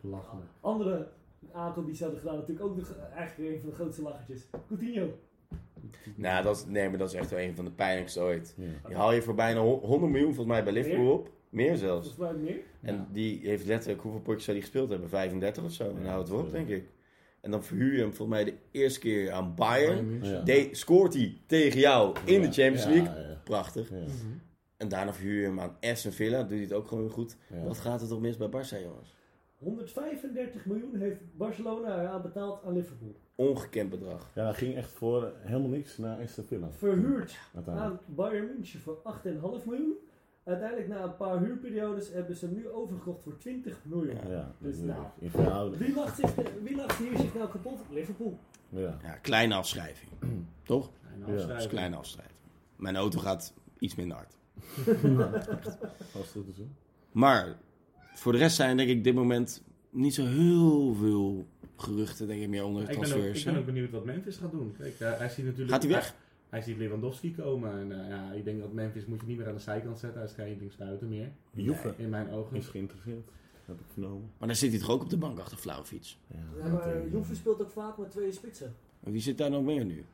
Speaker 3: Lachen.
Speaker 4: Andere aankoop die ze hadden gedaan, natuurlijk ook nog eh, eigenlijk een van de grootste lachertjes. Coutinho.
Speaker 1: Nou, dat is, nee, maar dat is echt wel een van de pijnlijkste ooit.
Speaker 2: Ja.
Speaker 1: Je haal je voor bijna hon- 100 miljoen volgens mij bij Liverpool op. Meer zelfs.
Speaker 4: Volgens mij meer.
Speaker 1: En die heeft letterlijk, hoeveel potjes zou die gespeeld hebben? 35 of zo. En nou, het wordt denk ik. En dan verhuur je hem volgens mij de eerste keer aan Bayern.
Speaker 2: Ja.
Speaker 1: De- scoort hij tegen jou in de Champions
Speaker 2: Ja,
Speaker 1: League.
Speaker 2: ja.
Speaker 1: Prachtig.
Speaker 2: Ja.
Speaker 1: En daarna verhuur je hem aan Aston Villa. Doet hij het ook gewoon goed.
Speaker 2: Ja.
Speaker 1: Wat gaat er toch mis bij Barça, jongens?
Speaker 4: 135 miljoen heeft Barcelona eraan betaald aan Liverpool.
Speaker 1: Ongekend bedrag.
Speaker 2: Ja, hij ging echt voor helemaal niks naar Aston Villa.
Speaker 4: Verhuurd Ah,
Speaker 2: Uiteindelijk.
Speaker 4: aan Bayern München voor 8,5 miljoen. Uiteindelijk na een paar huurperiodes hebben ze hem nu overgekocht voor 20 miljoen.
Speaker 1: Ja.
Speaker 2: Ja,
Speaker 4: Dus nou.
Speaker 2: in verhouding.
Speaker 4: Wie lacht, zich, wie lacht hier zich nou kapot? Liverpool.
Speaker 2: Ja.
Speaker 1: Ja, kleine afschrijving. toch?
Speaker 3: Ja. nou,
Speaker 1: Dat is een kleine afschrijving. Mijn auto gaat iets minder hard.
Speaker 2: Als dat is hoor.
Speaker 1: Maar voor de rest zijn denk ik dit moment niet zo heel veel geruchten denk ik, meer onder de
Speaker 3: Ik ben, ook,
Speaker 1: transfers.
Speaker 3: ik ben ook benieuwd wat Memphis gaat doen. Kijk, eh, hij ziet natuurlijk...
Speaker 1: Gaat hij weg?
Speaker 3: Hij ziet Lewandowski komen. En eh, ja, ik denk dat Memphis moet je niet meer aan de zijkant zetten. Hij is geen linksbuiten meer.
Speaker 2: Juve
Speaker 3: In mijn ogen.
Speaker 2: is geïnteresseerd. Heb ik vernomen.
Speaker 1: Maar dan zit hij toch ook op de bank achter Flauwfiets.
Speaker 4: Ja, maar Juve Eh, speelt ook vaak met twee spitsen.
Speaker 1: En wie zit daar nog meer nu?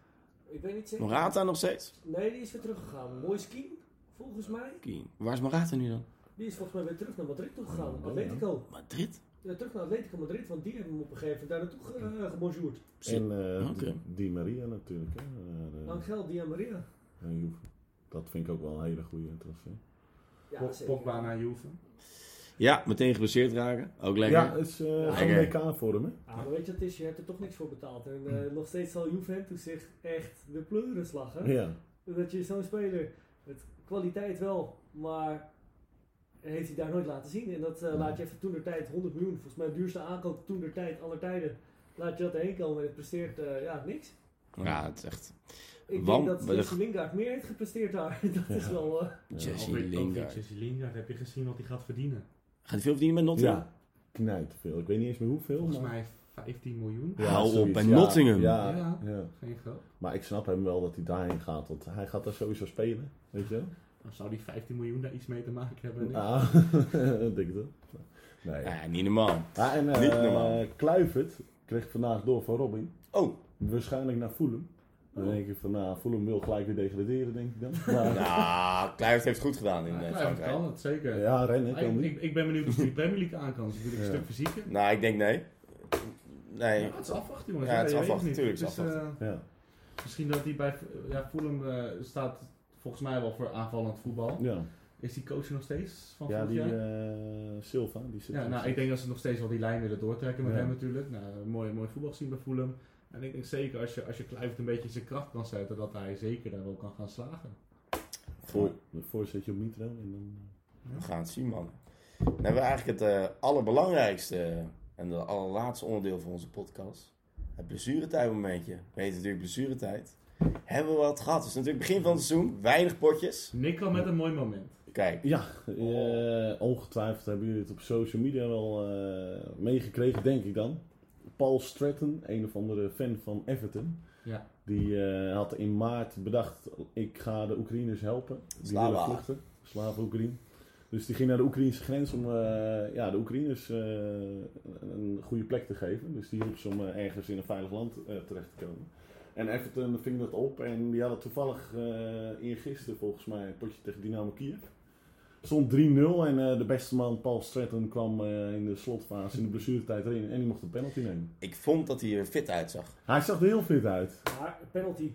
Speaker 4: Ik weet niet zeker.
Speaker 1: Morata nog steeds?
Speaker 4: Nee, die is weer teruggegaan. Mooi ski, volgens mij.
Speaker 1: Kien. Waar is Morata nu dan?
Speaker 4: Die is volgens mij weer terug naar Madrid toe gegaan.
Speaker 2: Oh,
Speaker 4: Atletico.
Speaker 1: Madrid?
Speaker 4: Ja, terug naar Atletico Madrid, want die hebben hem op een gegeven moment daar naartoe ge- eh, gebonjourd.
Speaker 2: En eh,
Speaker 1: Oké.
Speaker 2: Di Maria natuurlijk. Hè. Eh, eh,
Speaker 4: Angel Di Maria.
Speaker 2: en Juve. Dat vind ik ook wel een hele goede transfer.
Speaker 4: Ja,
Speaker 3: Pog-
Speaker 4: zeker.
Speaker 3: Pogba naar Juve.
Speaker 1: Ja, meteen geblesseerd raken. Ook lekker.
Speaker 2: Ja, het is eh
Speaker 1: Lekker.
Speaker 2: een WK voor hem. Hè?
Speaker 4: Ah, maar weet je wat het is? Je hebt er toch niks voor betaald. En eh, nog steeds zal Juventus zich echt de pleuris lachen.
Speaker 2: Ja.
Speaker 4: Dat je zo'n speler, met kwaliteit wel, maar heeft hij daar nooit laten zien. En dat eh, laat je even toen der tijd 100 miljoen, volgens mij duurste aankoop toen der tijd, aller tijden. Laat je dat erheen komen en het presteert eh, ja, niks.
Speaker 1: Ja, het is echt...
Speaker 4: Ik
Speaker 1: Want-
Speaker 4: denk dat
Speaker 1: maar de-
Speaker 4: Jesse Lingard meer heeft gepresteerd daar. Dat is wel... eh,
Speaker 1: Jesse
Speaker 3: Over- over
Speaker 1: Lingard.
Speaker 3: Jesse Lingard, heb je gezien wat hij gaat verdienen?
Speaker 1: Gaat hij veel verdienen met Nottingham?
Speaker 2: Ja, knijt veel. Ik weet niet eens meer hoeveel.
Speaker 3: Volgens
Speaker 2: maar-
Speaker 3: mij 15 miljoen.
Speaker 1: Ja. Hou op,
Speaker 2: zoiets,
Speaker 1: bij
Speaker 2: ja.
Speaker 1: Nottingham.
Speaker 2: Ja,
Speaker 3: Ja.
Speaker 2: ja.
Speaker 3: Geen geld.
Speaker 2: maar ik snap hem wel dat hij daarheen gaat, want hij gaat daar sowieso spelen. Weet je wel?
Speaker 3: Dan zou die 15 miljoen daar iets mee te maken hebben. Nee.
Speaker 2: Ah, denk ik dat. Nee.
Speaker 1: Ja, niet normaal.
Speaker 2: Ah, en eh,
Speaker 1: Niet normaal.
Speaker 2: Kluivert kreeg vandaag door van Robin.
Speaker 1: Oh,
Speaker 2: Waarschijnlijk naar Fulham. Dan denk ik van, nou, Fulham wil gelijk weer degraderen, denk ik dan. Maar,
Speaker 1: nou, Kluivert heeft het goed gedaan in
Speaker 3: Ja,
Speaker 1: eh,
Speaker 3: Kluivert
Speaker 1: Frankrijk.
Speaker 3: kan het, zeker.
Speaker 2: ja, rennen
Speaker 3: Maar
Speaker 2: kan
Speaker 3: Ah, ik,
Speaker 2: niet.
Speaker 3: ik, ik ben benieuwd of hij de Premier League aan kan. Dat is natuurlijk een
Speaker 2: Ja.
Speaker 3: stuk fysieker.
Speaker 1: Nou, ik denk nee. Nee.
Speaker 3: Ja, het is afwachten, jongens.
Speaker 1: Ja, het is
Speaker 3: je weet
Speaker 1: afwachten,
Speaker 3: niet.
Speaker 1: tuurlijk is
Speaker 3: Dus,
Speaker 1: afwachten.
Speaker 3: eh,
Speaker 2: Ja.
Speaker 3: misschien dat hij bij ja, Fulham eh, staat volgens mij wel voor aanvallend voetbal.
Speaker 2: Ja,
Speaker 3: Is die coach er nog steeds van
Speaker 2: ja
Speaker 3: vorig
Speaker 2: die
Speaker 3: jaar?
Speaker 2: eh, Silva, die zit
Speaker 3: Ja,
Speaker 2: er
Speaker 3: nou,
Speaker 2: nog
Speaker 3: ik denk dat ze nog steeds wel die lijn willen doortrekken met
Speaker 2: Ja.
Speaker 3: hem natuurlijk. Nou, mooi, mooi voetbal zien bij Fulham. En ik denk zeker als je, als je Kluivert een beetje in zijn kracht kan zetten, dat hij zeker daar wel kan gaan slagen.
Speaker 2: Voor, voor zet je op Mitro en dan...
Speaker 1: We gaan het zien, man. Dan hebben we eigenlijk het eh, allerbelangrijkste eh, en het allerlaatste onderdeel van onze podcast. Het blessuretijdmomentje. We weten natuurlijk blessuretijd. Hebben we wat gehad? Het is natuurlijk begin van het seizoen. Weinig potjes.
Speaker 3: Nick kwam met een mooi moment.
Speaker 1: Kijk,
Speaker 2: Ja,
Speaker 1: Oh.
Speaker 2: eh, ongetwijfeld hebben jullie het op social media wel eh, meegekregen, denk ik dan. Paul Stratton, een of andere fan van Everton.
Speaker 3: Ja.
Speaker 2: Die eh, had in maart bedacht, ik ga de Oekraïners helpen. Die
Speaker 1: Slava.
Speaker 2: willen vluchten. Slaven Oekraïne. Dus die ging naar de Oekraïnse grens om eh, ja, de Oekraïners eh, een goede plek te geven. Dus die hielp ze om eh, ergens in een veilig land eh, terecht te komen. En Everton ving dat op en die hadden toevallig eh eergisteren volgens mij een potje tegen Dynamo Kiev. Stond 3-0 en eh, de beste man Paul Stratton kwam eh, in de slotfase in de blessuretijd erin en die mocht een penalty nemen.
Speaker 1: ik vond dat hij er fit uitzag.
Speaker 2: Hij zag er heel fit uit.
Speaker 4: Maar penalty.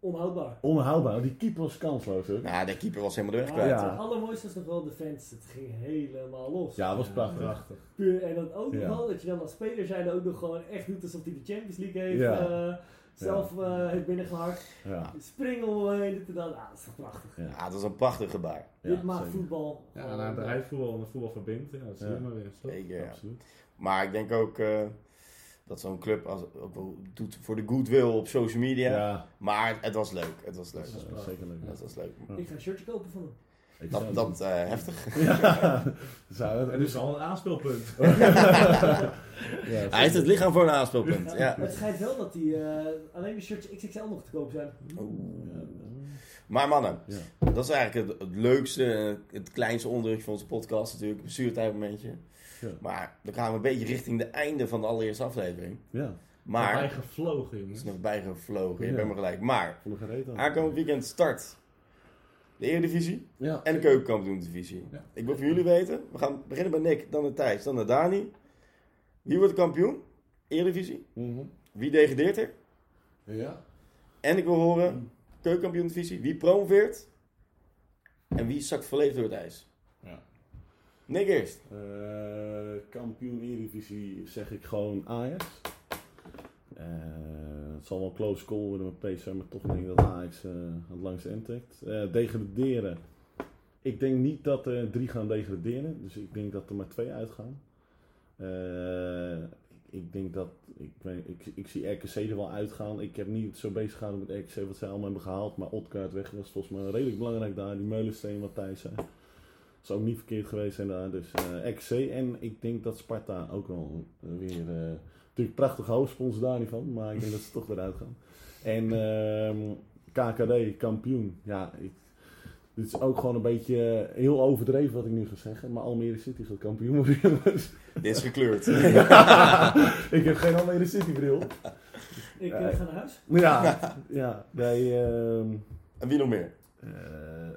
Speaker 4: Onhoudbaar.
Speaker 2: Onhoudbaar. Die keeper was kansloos ook.
Speaker 1: Nou, de keeper was helemaal de weg
Speaker 4: Maar
Speaker 1: kwijt.
Speaker 2: Ja.
Speaker 4: het allermooiste was nog wel de fans. Het ging helemaal los.
Speaker 2: Ja, dat was prachtig.
Speaker 3: prachtig.
Speaker 4: Puur, en dan ook nog
Speaker 2: Ja.
Speaker 4: wel dat je dan als speler zijn ook nog gewoon echt doet alsof hij de Champions League heeft.
Speaker 2: Ja.
Speaker 4: eh, zelf eh, heeft binnengehakt.
Speaker 2: Ja,
Speaker 4: Spring om hem heen. Dit en dat. Ah, dat is toch prachtig.
Speaker 1: Ja, het was een prachtig gebaar.
Speaker 4: Dit maakt
Speaker 2: zeker.
Speaker 4: voetbal.
Speaker 3: Ja,
Speaker 4: gewoon,
Speaker 3: naar het
Speaker 4: eh,
Speaker 3: bedrijfsvoetbal en het voetbal verbindt. Ja, dat zie je
Speaker 2: Oh, Ja.
Speaker 3: maar weer. Zo.
Speaker 1: Zeker, ja.
Speaker 2: Absoluut.
Speaker 1: Maar ik denk ook eh, dat zo'n club als, ook wel doet voor de goodwill op social media.
Speaker 2: Ja,
Speaker 1: Maar het was leuk. Het was leuk.
Speaker 2: dat is
Speaker 3: Ja.
Speaker 2: zeker leuk.
Speaker 1: Het was leuk.
Speaker 4: Eh, Ik ga een shirtje kopen van hem.
Speaker 2: Ik zou
Speaker 1: Dat,
Speaker 2: het
Speaker 1: dat eh, heftig.
Speaker 2: doen. Ja, zou het.
Speaker 3: En dus al een aanspeelpunt.
Speaker 2: Ja,
Speaker 1: Hij heeft het lichaam voor een aanspeelpunt.
Speaker 4: Ja,
Speaker 1: Ja.
Speaker 4: maar Het schijnt wel dat die eh, alleen de shirtjes XXL nog te koop zijn.
Speaker 1: Maar mannen,
Speaker 2: Ja.
Speaker 1: dat is eigenlijk het, het leukste, eh, het kleinste onderwerp van onze podcast natuurlijk. Een blessuretijdmomentje.
Speaker 2: Ja.
Speaker 1: Maar dan gaan we een beetje richting de einde van de allereerste aflevering.
Speaker 2: Ja,
Speaker 1: Maar,
Speaker 3: Wij
Speaker 1: het
Speaker 3: gevlogen,
Speaker 1: is
Speaker 3: jongens.
Speaker 1: nog bijgevlogen, je
Speaker 2: Ja.
Speaker 1: bent me gelijk. Maar,
Speaker 2: volle gereed dan.
Speaker 1: aankomend weekend start de Eredivisie
Speaker 2: Ja.
Speaker 1: en de Keukenkampioen-divisie.
Speaker 3: Ja.
Speaker 1: Ik wil van jullie weten, we gaan beginnen bij Nick, dan naar Thijs, dan naar Dani. Wie wordt kampioen? Eredivisie.
Speaker 2: Mhm.
Speaker 1: Wie degradeert er?
Speaker 2: Ja.
Speaker 1: En ik wil horen, keukenkampioen-divisie, wie promoveert en wie zakt volledig door het ijs.
Speaker 3: Ja.
Speaker 1: Nick eerst.
Speaker 2: Eh, kampioen Eredivisie zeg ik gewoon Ajax. Eh, het zal wel een close call worden met PSV, maar toch denk ik dat Ajax eh, het langste intrekt. Eh, degraderen. Ik denk niet dat er drie gaan degraderen, dus ik denk dat er maar twee uitgaan. Eh, ik, ik denk dat, ik, weet- ik, ik zie RKC er wel uitgaan. Ik heb niet zo bezig gehouden met RKC wat zij allemaal hebben gehaald, maar Otkaart weg was volgens mij redelijk belangrijk daar. Die Meulensteen wat Thijs zei. Zou ook niet verkeerd geweest zijn daar. Dus eh XC. En ik denk dat Sparta ook wel eh, weer. eh, natuurlijk prachtige hoofdsponsor daar niet van. Maar ik denk dat ze toch eruit gaan. En ehm, KKD, kampioen. Ja, ik, dit is ook gewoon een beetje eh, heel overdreven wat ik nu ga zeggen. Maar Almere City gaat kampioen worden. jongens.
Speaker 1: Dit is gekleurd.
Speaker 2: ik heb geen Almere City bril.
Speaker 4: Ik eh,
Speaker 2: Ja.
Speaker 4: ga naar huis.
Speaker 2: Ja, ja nee, ehm,
Speaker 1: en wie nog meer?
Speaker 2: eh,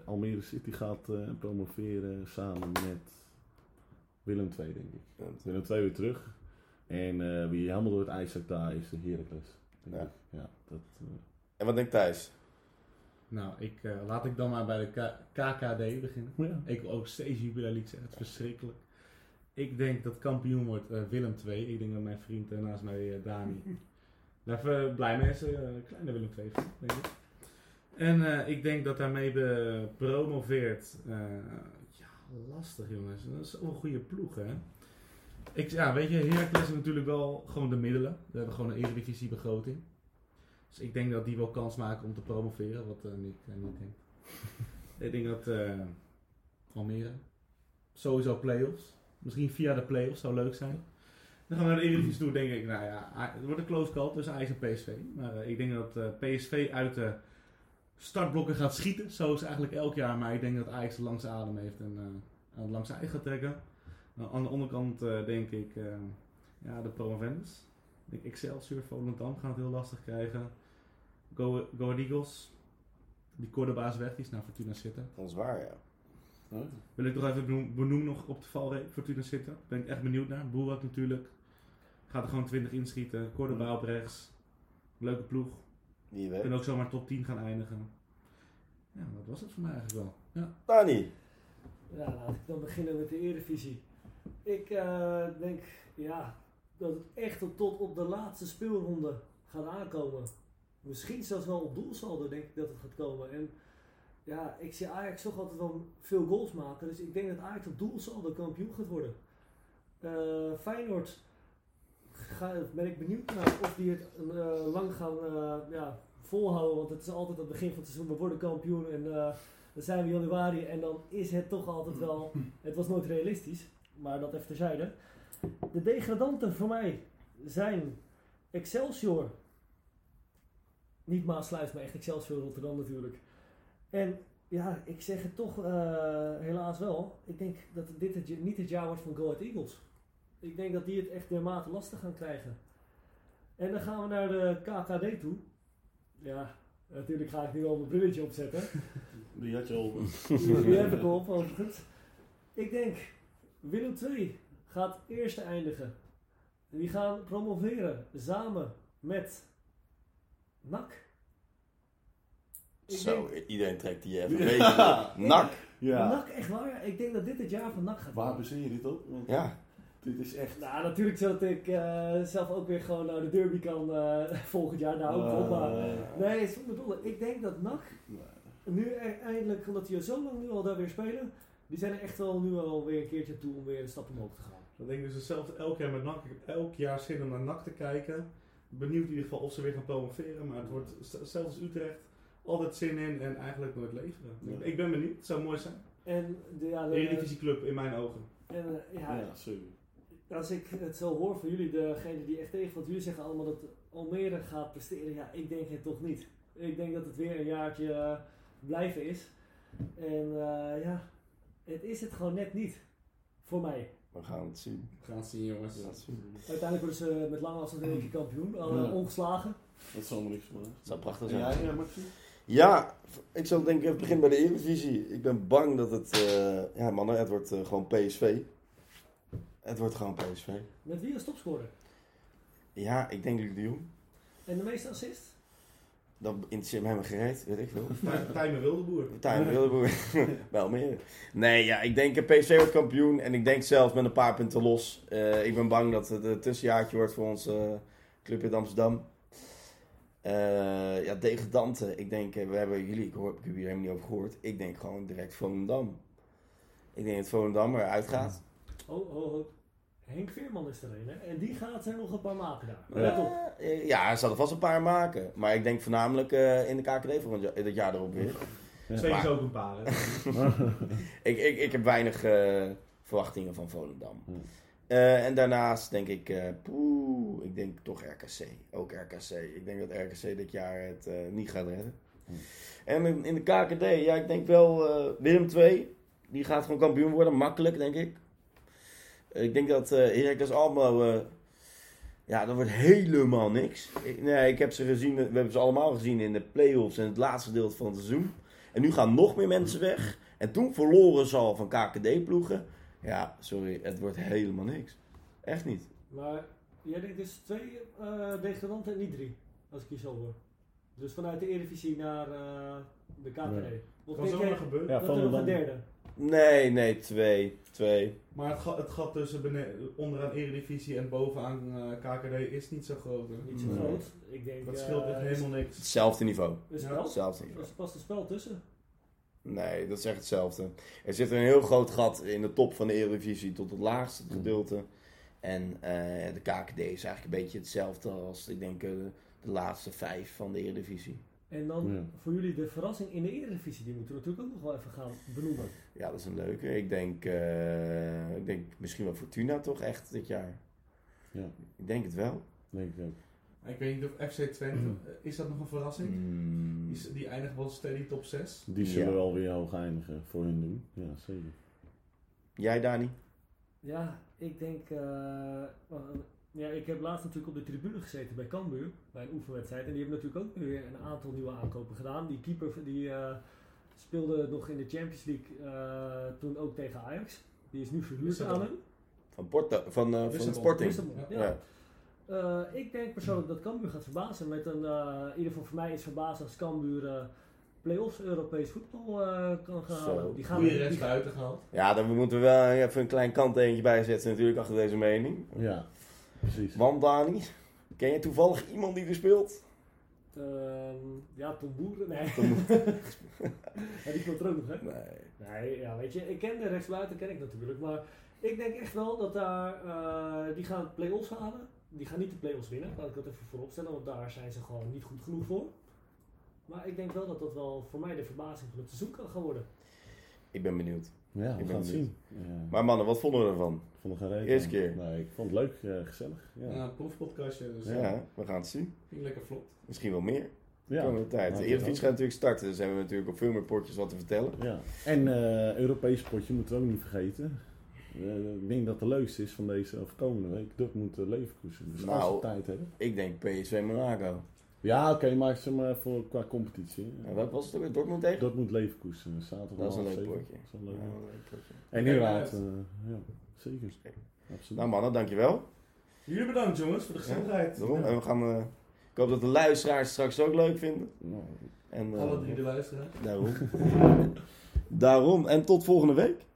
Speaker 2: Almere City gaat eh, promoveren samen met Willem II, denk ik. We zijn er twee weer terug. En eh, wie helemaal door het ijs zakt daar is de Heracles. denk
Speaker 1: Ja.
Speaker 2: ik. ja dat, eh,
Speaker 1: En wat denkt Thijs?
Speaker 3: Nou, ik, eh, laat ik dan maar bij de K- KKD beginnen.
Speaker 2: ja.
Speaker 3: Ik wil ook steeds Jubilee League zeggen. Het is verschrikkelijk. Ik denk dat kampioen wordt eh, Willem 2. Ik denk dat mijn vriend eh, naast mij, eh, Dani, daar even blij mee is. eh, kleine Willem 2, denk ik. En eh, ik denk dat daarmee be- promoveert. eh, ja, lastig jongens. Dat is wel een goede ploeg, hè? Ik, ja, weet je, Heracles heeft natuurlijk wel gewoon de middelen. We hebben gewoon een eredivisie begroting. Dus ik denk dat die wel kans maken om te promoveren, wat eh Nick eh, niet denkt. ik denk dat eh, Almere sowieso play-offs. Misschien via de play-offs zou leuk zijn. Dan gaan we naar de Eredivisie toe, denk ik. Nou ja, A- het wordt een close call tussen Ajax en PSV. Maar eh, ik denk dat eh, PSV uit de startblokken gaat schieten. Zo is het eigenlijk elk jaar. Maar ik denk dat Ajax langs adem heeft en eh, aan het langs eigen gaat trekken. Nou, aan de onderkant eh, denk ik eh, ja, de promovendus. Ik denk Excelsior, Volendam gaan het heel lastig krijgen. Go, Go Ahead Eagles. Die Cordoba is weg, die is naar Fortuna zitten.
Speaker 1: Dat is waar, ja.
Speaker 2: Huh?
Speaker 3: Wil ik nog even benoemen, benoemen nog op de valreep Fortuna zitten. Ben ik echt benieuwd naar. Boerak natuurlijk. Gaat er gewoon 20 inschieten. Cordoba op rechts. Leuke ploeg.
Speaker 1: Wie weet.
Speaker 3: Kunnen ook zomaar top 10 gaan eindigen. Ja, dat was het voor mij eigenlijk wel. Ja.
Speaker 1: Dani.
Speaker 4: Ja, laat ik dan beginnen met de Eredivisie. Ik eh, denk ja, dat het echt tot- tot op de laatste speelronde gaat aankomen. Misschien zelfs wel op doelsaldo denk ik dat het gaat komen. En ja, ik zie Ajax toch altijd wel veel goals maken. Dus ik denk dat Ajax op doelsaldo kampioen gaat worden. Eh, Feyenoord ga, ben ik benieuwd naar of die het eh, lang gaan eh, ja, volhouden. Want het is altijd het begin van het seizoen. We worden kampioen en... eh, dan zijn we januari en dan is het toch altijd wel. Het was nooit realistisch, maar dat even terzijde. De degradanten voor mij zijn Excelsior. Niet Maasluis, maar echt Excelsior Rotterdam natuurlijk. En ja, ik zeg het toch eh, helaas wel. Ik denk dat dit het, niet het jaar wordt van Go Ahead Eagles. Ik denk dat die het echt dermate lastig gaan krijgen. En dan gaan we naar de KKD toe. Ja, natuurlijk ga ik nu al mijn brilletje opzetten.
Speaker 2: Die had je al.
Speaker 4: Die heb ik al op, overigens. Ik denk, Willem 2 gaat eerste eindigen. En die gaan promoveren samen met NAC. Ik
Speaker 1: Zo,
Speaker 4: denk,
Speaker 1: iedereen trekt die even
Speaker 2: Ja.
Speaker 1: mee. Nak.
Speaker 2: Ja.
Speaker 4: NAC, echt waar. Ik denk dat dit het jaar van NAC gaat
Speaker 2: Waar
Speaker 4: worden.
Speaker 2: baseer je dit op? Want
Speaker 1: Ja.
Speaker 2: Dit is echt.
Speaker 4: Nou, natuurlijk zodat ik eh, zelf ook weer gewoon naar de derby kan eh, volgend jaar. Nou, ook op, maar...
Speaker 2: Eh,
Speaker 4: Nee, zonder dolle. Ik denk dat NAC
Speaker 2: nou,
Speaker 4: Nu e- eindelijk, omdat die al zo lang nu al daar weer spelen, die zijn er echt wel nu al weer een keertje toe om weer een stap omhoog te gaan.
Speaker 3: Dat denk ik dus hetzelfde elk jaar met NAC. Ik heb elk jaar zin om naar NAC te kijken. Benieuwd in ieder geval of ze weer gaan promoveren. Maar het wordt z- zelfs als Utrecht altijd zin in en eigenlijk nooit leveren.
Speaker 2: Ja.
Speaker 3: Ik- Ik ben benieuwd. Het zou mooi zijn.
Speaker 4: En de, ja,
Speaker 3: Een
Speaker 4: de-
Speaker 3: Eredivisieclub in mijn ogen.
Speaker 4: en, eh, ja,
Speaker 2: Ja, sorry.
Speaker 4: als ik het zo hoor van jullie, degene die echt tegen wat jullie zeggen allemaal dat Almere gaat presteren, ja, ik denk het toch niet. Ik denk dat het weer een jaartje eh, blijven is. En eh, ja, het is het gewoon net niet. Voor mij.
Speaker 1: We gaan het zien.
Speaker 3: We gaan het zien jongens.
Speaker 1: We gaan het zien.
Speaker 4: Uiteindelijk worden ze met lange afstand weer een keer kampioen. Al, eh,
Speaker 2: Ja.
Speaker 4: ongeslagen.
Speaker 2: Dat is allemaal niks van mij.
Speaker 1: Het zou prachtig
Speaker 2: Ja,
Speaker 1: zijn.
Speaker 2: ja, Maxi.
Speaker 1: Ja, ik zal denk ik even beginnen bij de Eredivisie. Ik ben bang dat het... eh, ja mannen, het wordt eh, gewoon PSV. Het wordt gewoon PSV.
Speaker 4: Met wie als topscorer?
Speaker 1: Ja, ik denk Luc de Jong.
Speaker 4: En de meeste assist?
Speaker 1: Dan interesseert mij mijn gereed, weet ik veel.
Speaker 3: Tijmen Wildeboer.
Speaker 1: Tuin Wildeburg. Bij Almere. Nee, ja, ik denk eh, PSV wordt kampioen. En ik denk zelfs met een paar punten los. Eh, ik ben bang dat het een tussenjaartje wordt voor onze eh, club in Amsterdam. Eh ja, degradanten. Ik denk, eh, we hebben jullie, ik, hoor, ik heb hier helemaal niet over gehoord. Ik denk gewoon direct Volendam. Ik denk dat Volendam eruit gaat.
Speaker 4: Oh, oh, oh. Henk Veerman is er een, hè? En die gaat er nog een paar maken daar.
Speaker 2: Ja.
Speaker 4: Let op.
Speaker 1: Eh, ja, hij zal er vast een paar maken. Maar ik denk voornamelijk eh, in de KKD volgend jaar, dat jaar erop weer.
Speaker 3: Twee is
Speaker 1: Maar-
Speaker 3: ook een paar. hè.
Speaker 1: Ik, ik, ik heb weinig eh, verwachtingen van Volendam.
Speaker 2: Hmm.
Speaker 1: Eh, en daarnaast denk ik, eh, poeh, ik denk toch RKC. Ook RKC. Ik denk dat RKC dit jaar het eh, niet gaat redden.
Speaker 2: Hmm.
Speaker 1: En in, in de KKD, ja, ik denk wel eh, Willem 2. Die gaat gewoon kampioen worden, makkelijk denk ik. Eh, ik denk dat eh Heracles Almelo, eh, ja, dat wordt helemaal niks. Ik, nee, ik heb ze gezien, we hebben ze allemaal gezien in de play-offs en het laatste gedeelte van het seizoen. En nu gaan nog meer
Speaker 2: Hmm.
Speaker 1: mensen weg. En toen verloren ze al van KKD-ploegen. Ja, sorry, het wordt helemaal niks. Echt niet.
Speaker 4: Maar jij denkt dus twee eh degradanten en niet drie, als ik je zo hoor. Dus vanuit de Eredivisie naar eh, de KKD.
Speaker 3: Kan
Speaker 4: Of denk jij
Speaker 3: zomaar gebeuren.
Speaker 2: Ja,
Speaker 4: dat er nog een
Speaker 2: Volendam.
Speaker 4: derde?
Speaker 1: Nee, nee, twee. Twee.
Speaker 3: Maar het gat, het gat tussen bene- onderaan Eredivisie en bovenaan eh, KKD is niet zo groot. hè.
Speaker 4: Niet zo
Speaker 1: Nee.
Speaker 4: groot. Ik denk...
Speaker 3: Dat scheelt echt
Speaker 4: eh,
Speaker 3: helemaal niks.
Speaker 1: Hetzelfde niveau.
Speaker 4: Een
Speaker 3: Ja.
Speaker 4: spel?
Speaker 1: Hetzelfde niveau.
Speaker 4: Er past een spel tussen.
Speaker 1: Nee, dat is echt hetzelfde. Er zit een heel groot gat in de top van de Eredivisie tot het laagste gedeelte. En eh, de KKD is eigenlijk een beetje hetzelfde als, ik denk, eh, de laatste vijf van de Eredivisie.
Speaker 4: En dan
Speaker 2: Ja.
Speaker 4: voor jullie de verrassing in de Eredivisie, die moeten we natuurlijk ook nog wel even gaan benoemen.
Speaker 1: Ja, dat is een leuke. Ik denk, eh, ik denk misschien wel Fortuna toch echt dit jaar.
Speaker 2: Ja.
Speaker 1: Ik denk het wel.
Speaker 2: Denk ik ook.
Speaker 3: Ik weet niet of FC Twente, eh, is dat nog een verrassing?
Speaker 1: Mm,
Speaker 3: Die, die eindigt wel steady top 6.
Speaker 2: Die zullen
Speaker 1: Ja.
Speaker 2: wel weer hoog eindigen voor hun doen. Ja, zeker.
Speaker 1: Jij, Dani?
Speaker 4: Ja, ik denk. eh, eh, ja, ik heb laatst natuurlijk op de tribune gezeten bij Cambuur, bij een oefenwedstrijd. En die hebben natuurlijk ook weer een aantal nieuwe aankopen gedaan. Die keeper die, eh, speelde nog in de Champions League eh, toen ook tegen Ajax. Die is nu verhuurd
Speaker 3: Lissabon.
Speaker 4: aan hem.
Speaker 1: Van, Porto, van, eh, van
Speaker 3: Lissabon.
Speaker 1: Sporting.
Speaker 4: Lissabon,
Speaker 3: Ja.
Speaker 4: ja. Eh, ik denk persoonlijk dat Cambuur gaat verbazen. Met een, eh, in ieder geval voor mij is verbazen als Cambuur eh, play-offs Europees voetbal eh, kan gaan
Speaker 1: Zo.
Speaker 4: halen. Die gaan
Speaker 3: Goede
Speaker 4: die-
Speaker 3: rest buiten gehaald.
Speaker 1: Ja, dan moeten we wel even een klein kant eentje bijzetten natuurlijk achter deze mening.
Speaker 2: Ja, precies.
Speaker 1: Want Dani, ken je toevallig iemand die er speelt?
Speaker 4: Ehm, ja, Tom Boeren. Nee. ja, die komt er ook nog, hè?
Speaker 1: Nee.
Speaker 4: Nee, ja, weet je, ik ken de rechtsbuiten, ken ik natuurlijk. Maar ik denk echt wel dat daar, eh, die gaan play-offs halen. Die gaan niet de play-offs winnen, laat ik dat even voorop stellen. Want daar zijn ze gewoon niet goed genoeg voor. Maar ik denk wel dat dat wel voor mij de verbazing van het seizoen kan gaan worden.
Speaker 1: Ik ben benieuwd.
Speaker 2: Ja,
Speaker 1: ben
Speaker 2: we gaan het
Speaker 1: benieuwd.
Speaker 2: zien. Ja.
Speaker 1: Maar mannen, wat vonden we ervan?
Speaker 2: Ik vond het geen reet
Speaker 1: Eerste
Speaker 2: aan.
Speaker 1: keer.
Speaker 2: Nee, ik vond het leuk, eh, gezellig.
Speaker 3: Ja.
Speaker 2: Ja.
Speaker 3: Nou, een proefpodcastje, dus
Speaker 1: Ja,
Speaker 3: eh,
Speaker 1: we gaan het zien.
Speaker 3: ging lekker vlot.
Speaker 1: Misschien wel meer.
Speaker 2: Ja.
Speaker 1: Komende tijd.
Speaker 2: Ja,
Speaker 1: De Eredivisie
Speaker 2: dat
Speaker 1: gaat natuurlijk starten, dus hebben we natuurlijk op veel meer potjes wat te vertellen.
Speaker 2: Ja. En eh, Europees potje moeten we ook niet vergeten. Eh, ik denk dat de leukste is van deze of komende week. Dortmund eh, Leverkusen. Dus als
Speaker 1: Nou.
Speaker 2: we tijd hebben.
Speaker 1: Ik denk PSV Monaco.
Speaker 2: Ja, oké, maar zeg maar voor, qua competitie.
Speaker 1: En wat was het ook weer? Dortmund tegen?
Speaker 2: Dortmund Leverkusen. eh, Zaterdag
Speaker 1: Dat is een
Speaker 2: half
Speaker 1: leuk
Speaker 2: zeven.
Speaker 1: potje.
Speaker 2: Dat is een leuk-
Speaker 1: Ja, wel een leuk potje.
Speaker 2: En inderdaad, eh, ja, zeker.
Speaker 1: Zeker.
Speaker 2: Absoluut.
Speaker 1: Nou mannen, dankjewel.
Speaker 3: Jullie bedankt jongens voor de gezondheid.
Speaker 1: Daarom. En we gaan, eh, ik hoop dat de luisteraars het straks ook leuk vinden.
Speaker 2: Nou,
Speaker 1: En, eh,
Speaker 3: Alle drie de luisteraars.
Speaker 1: Daarom. daarom. En tot volgende week.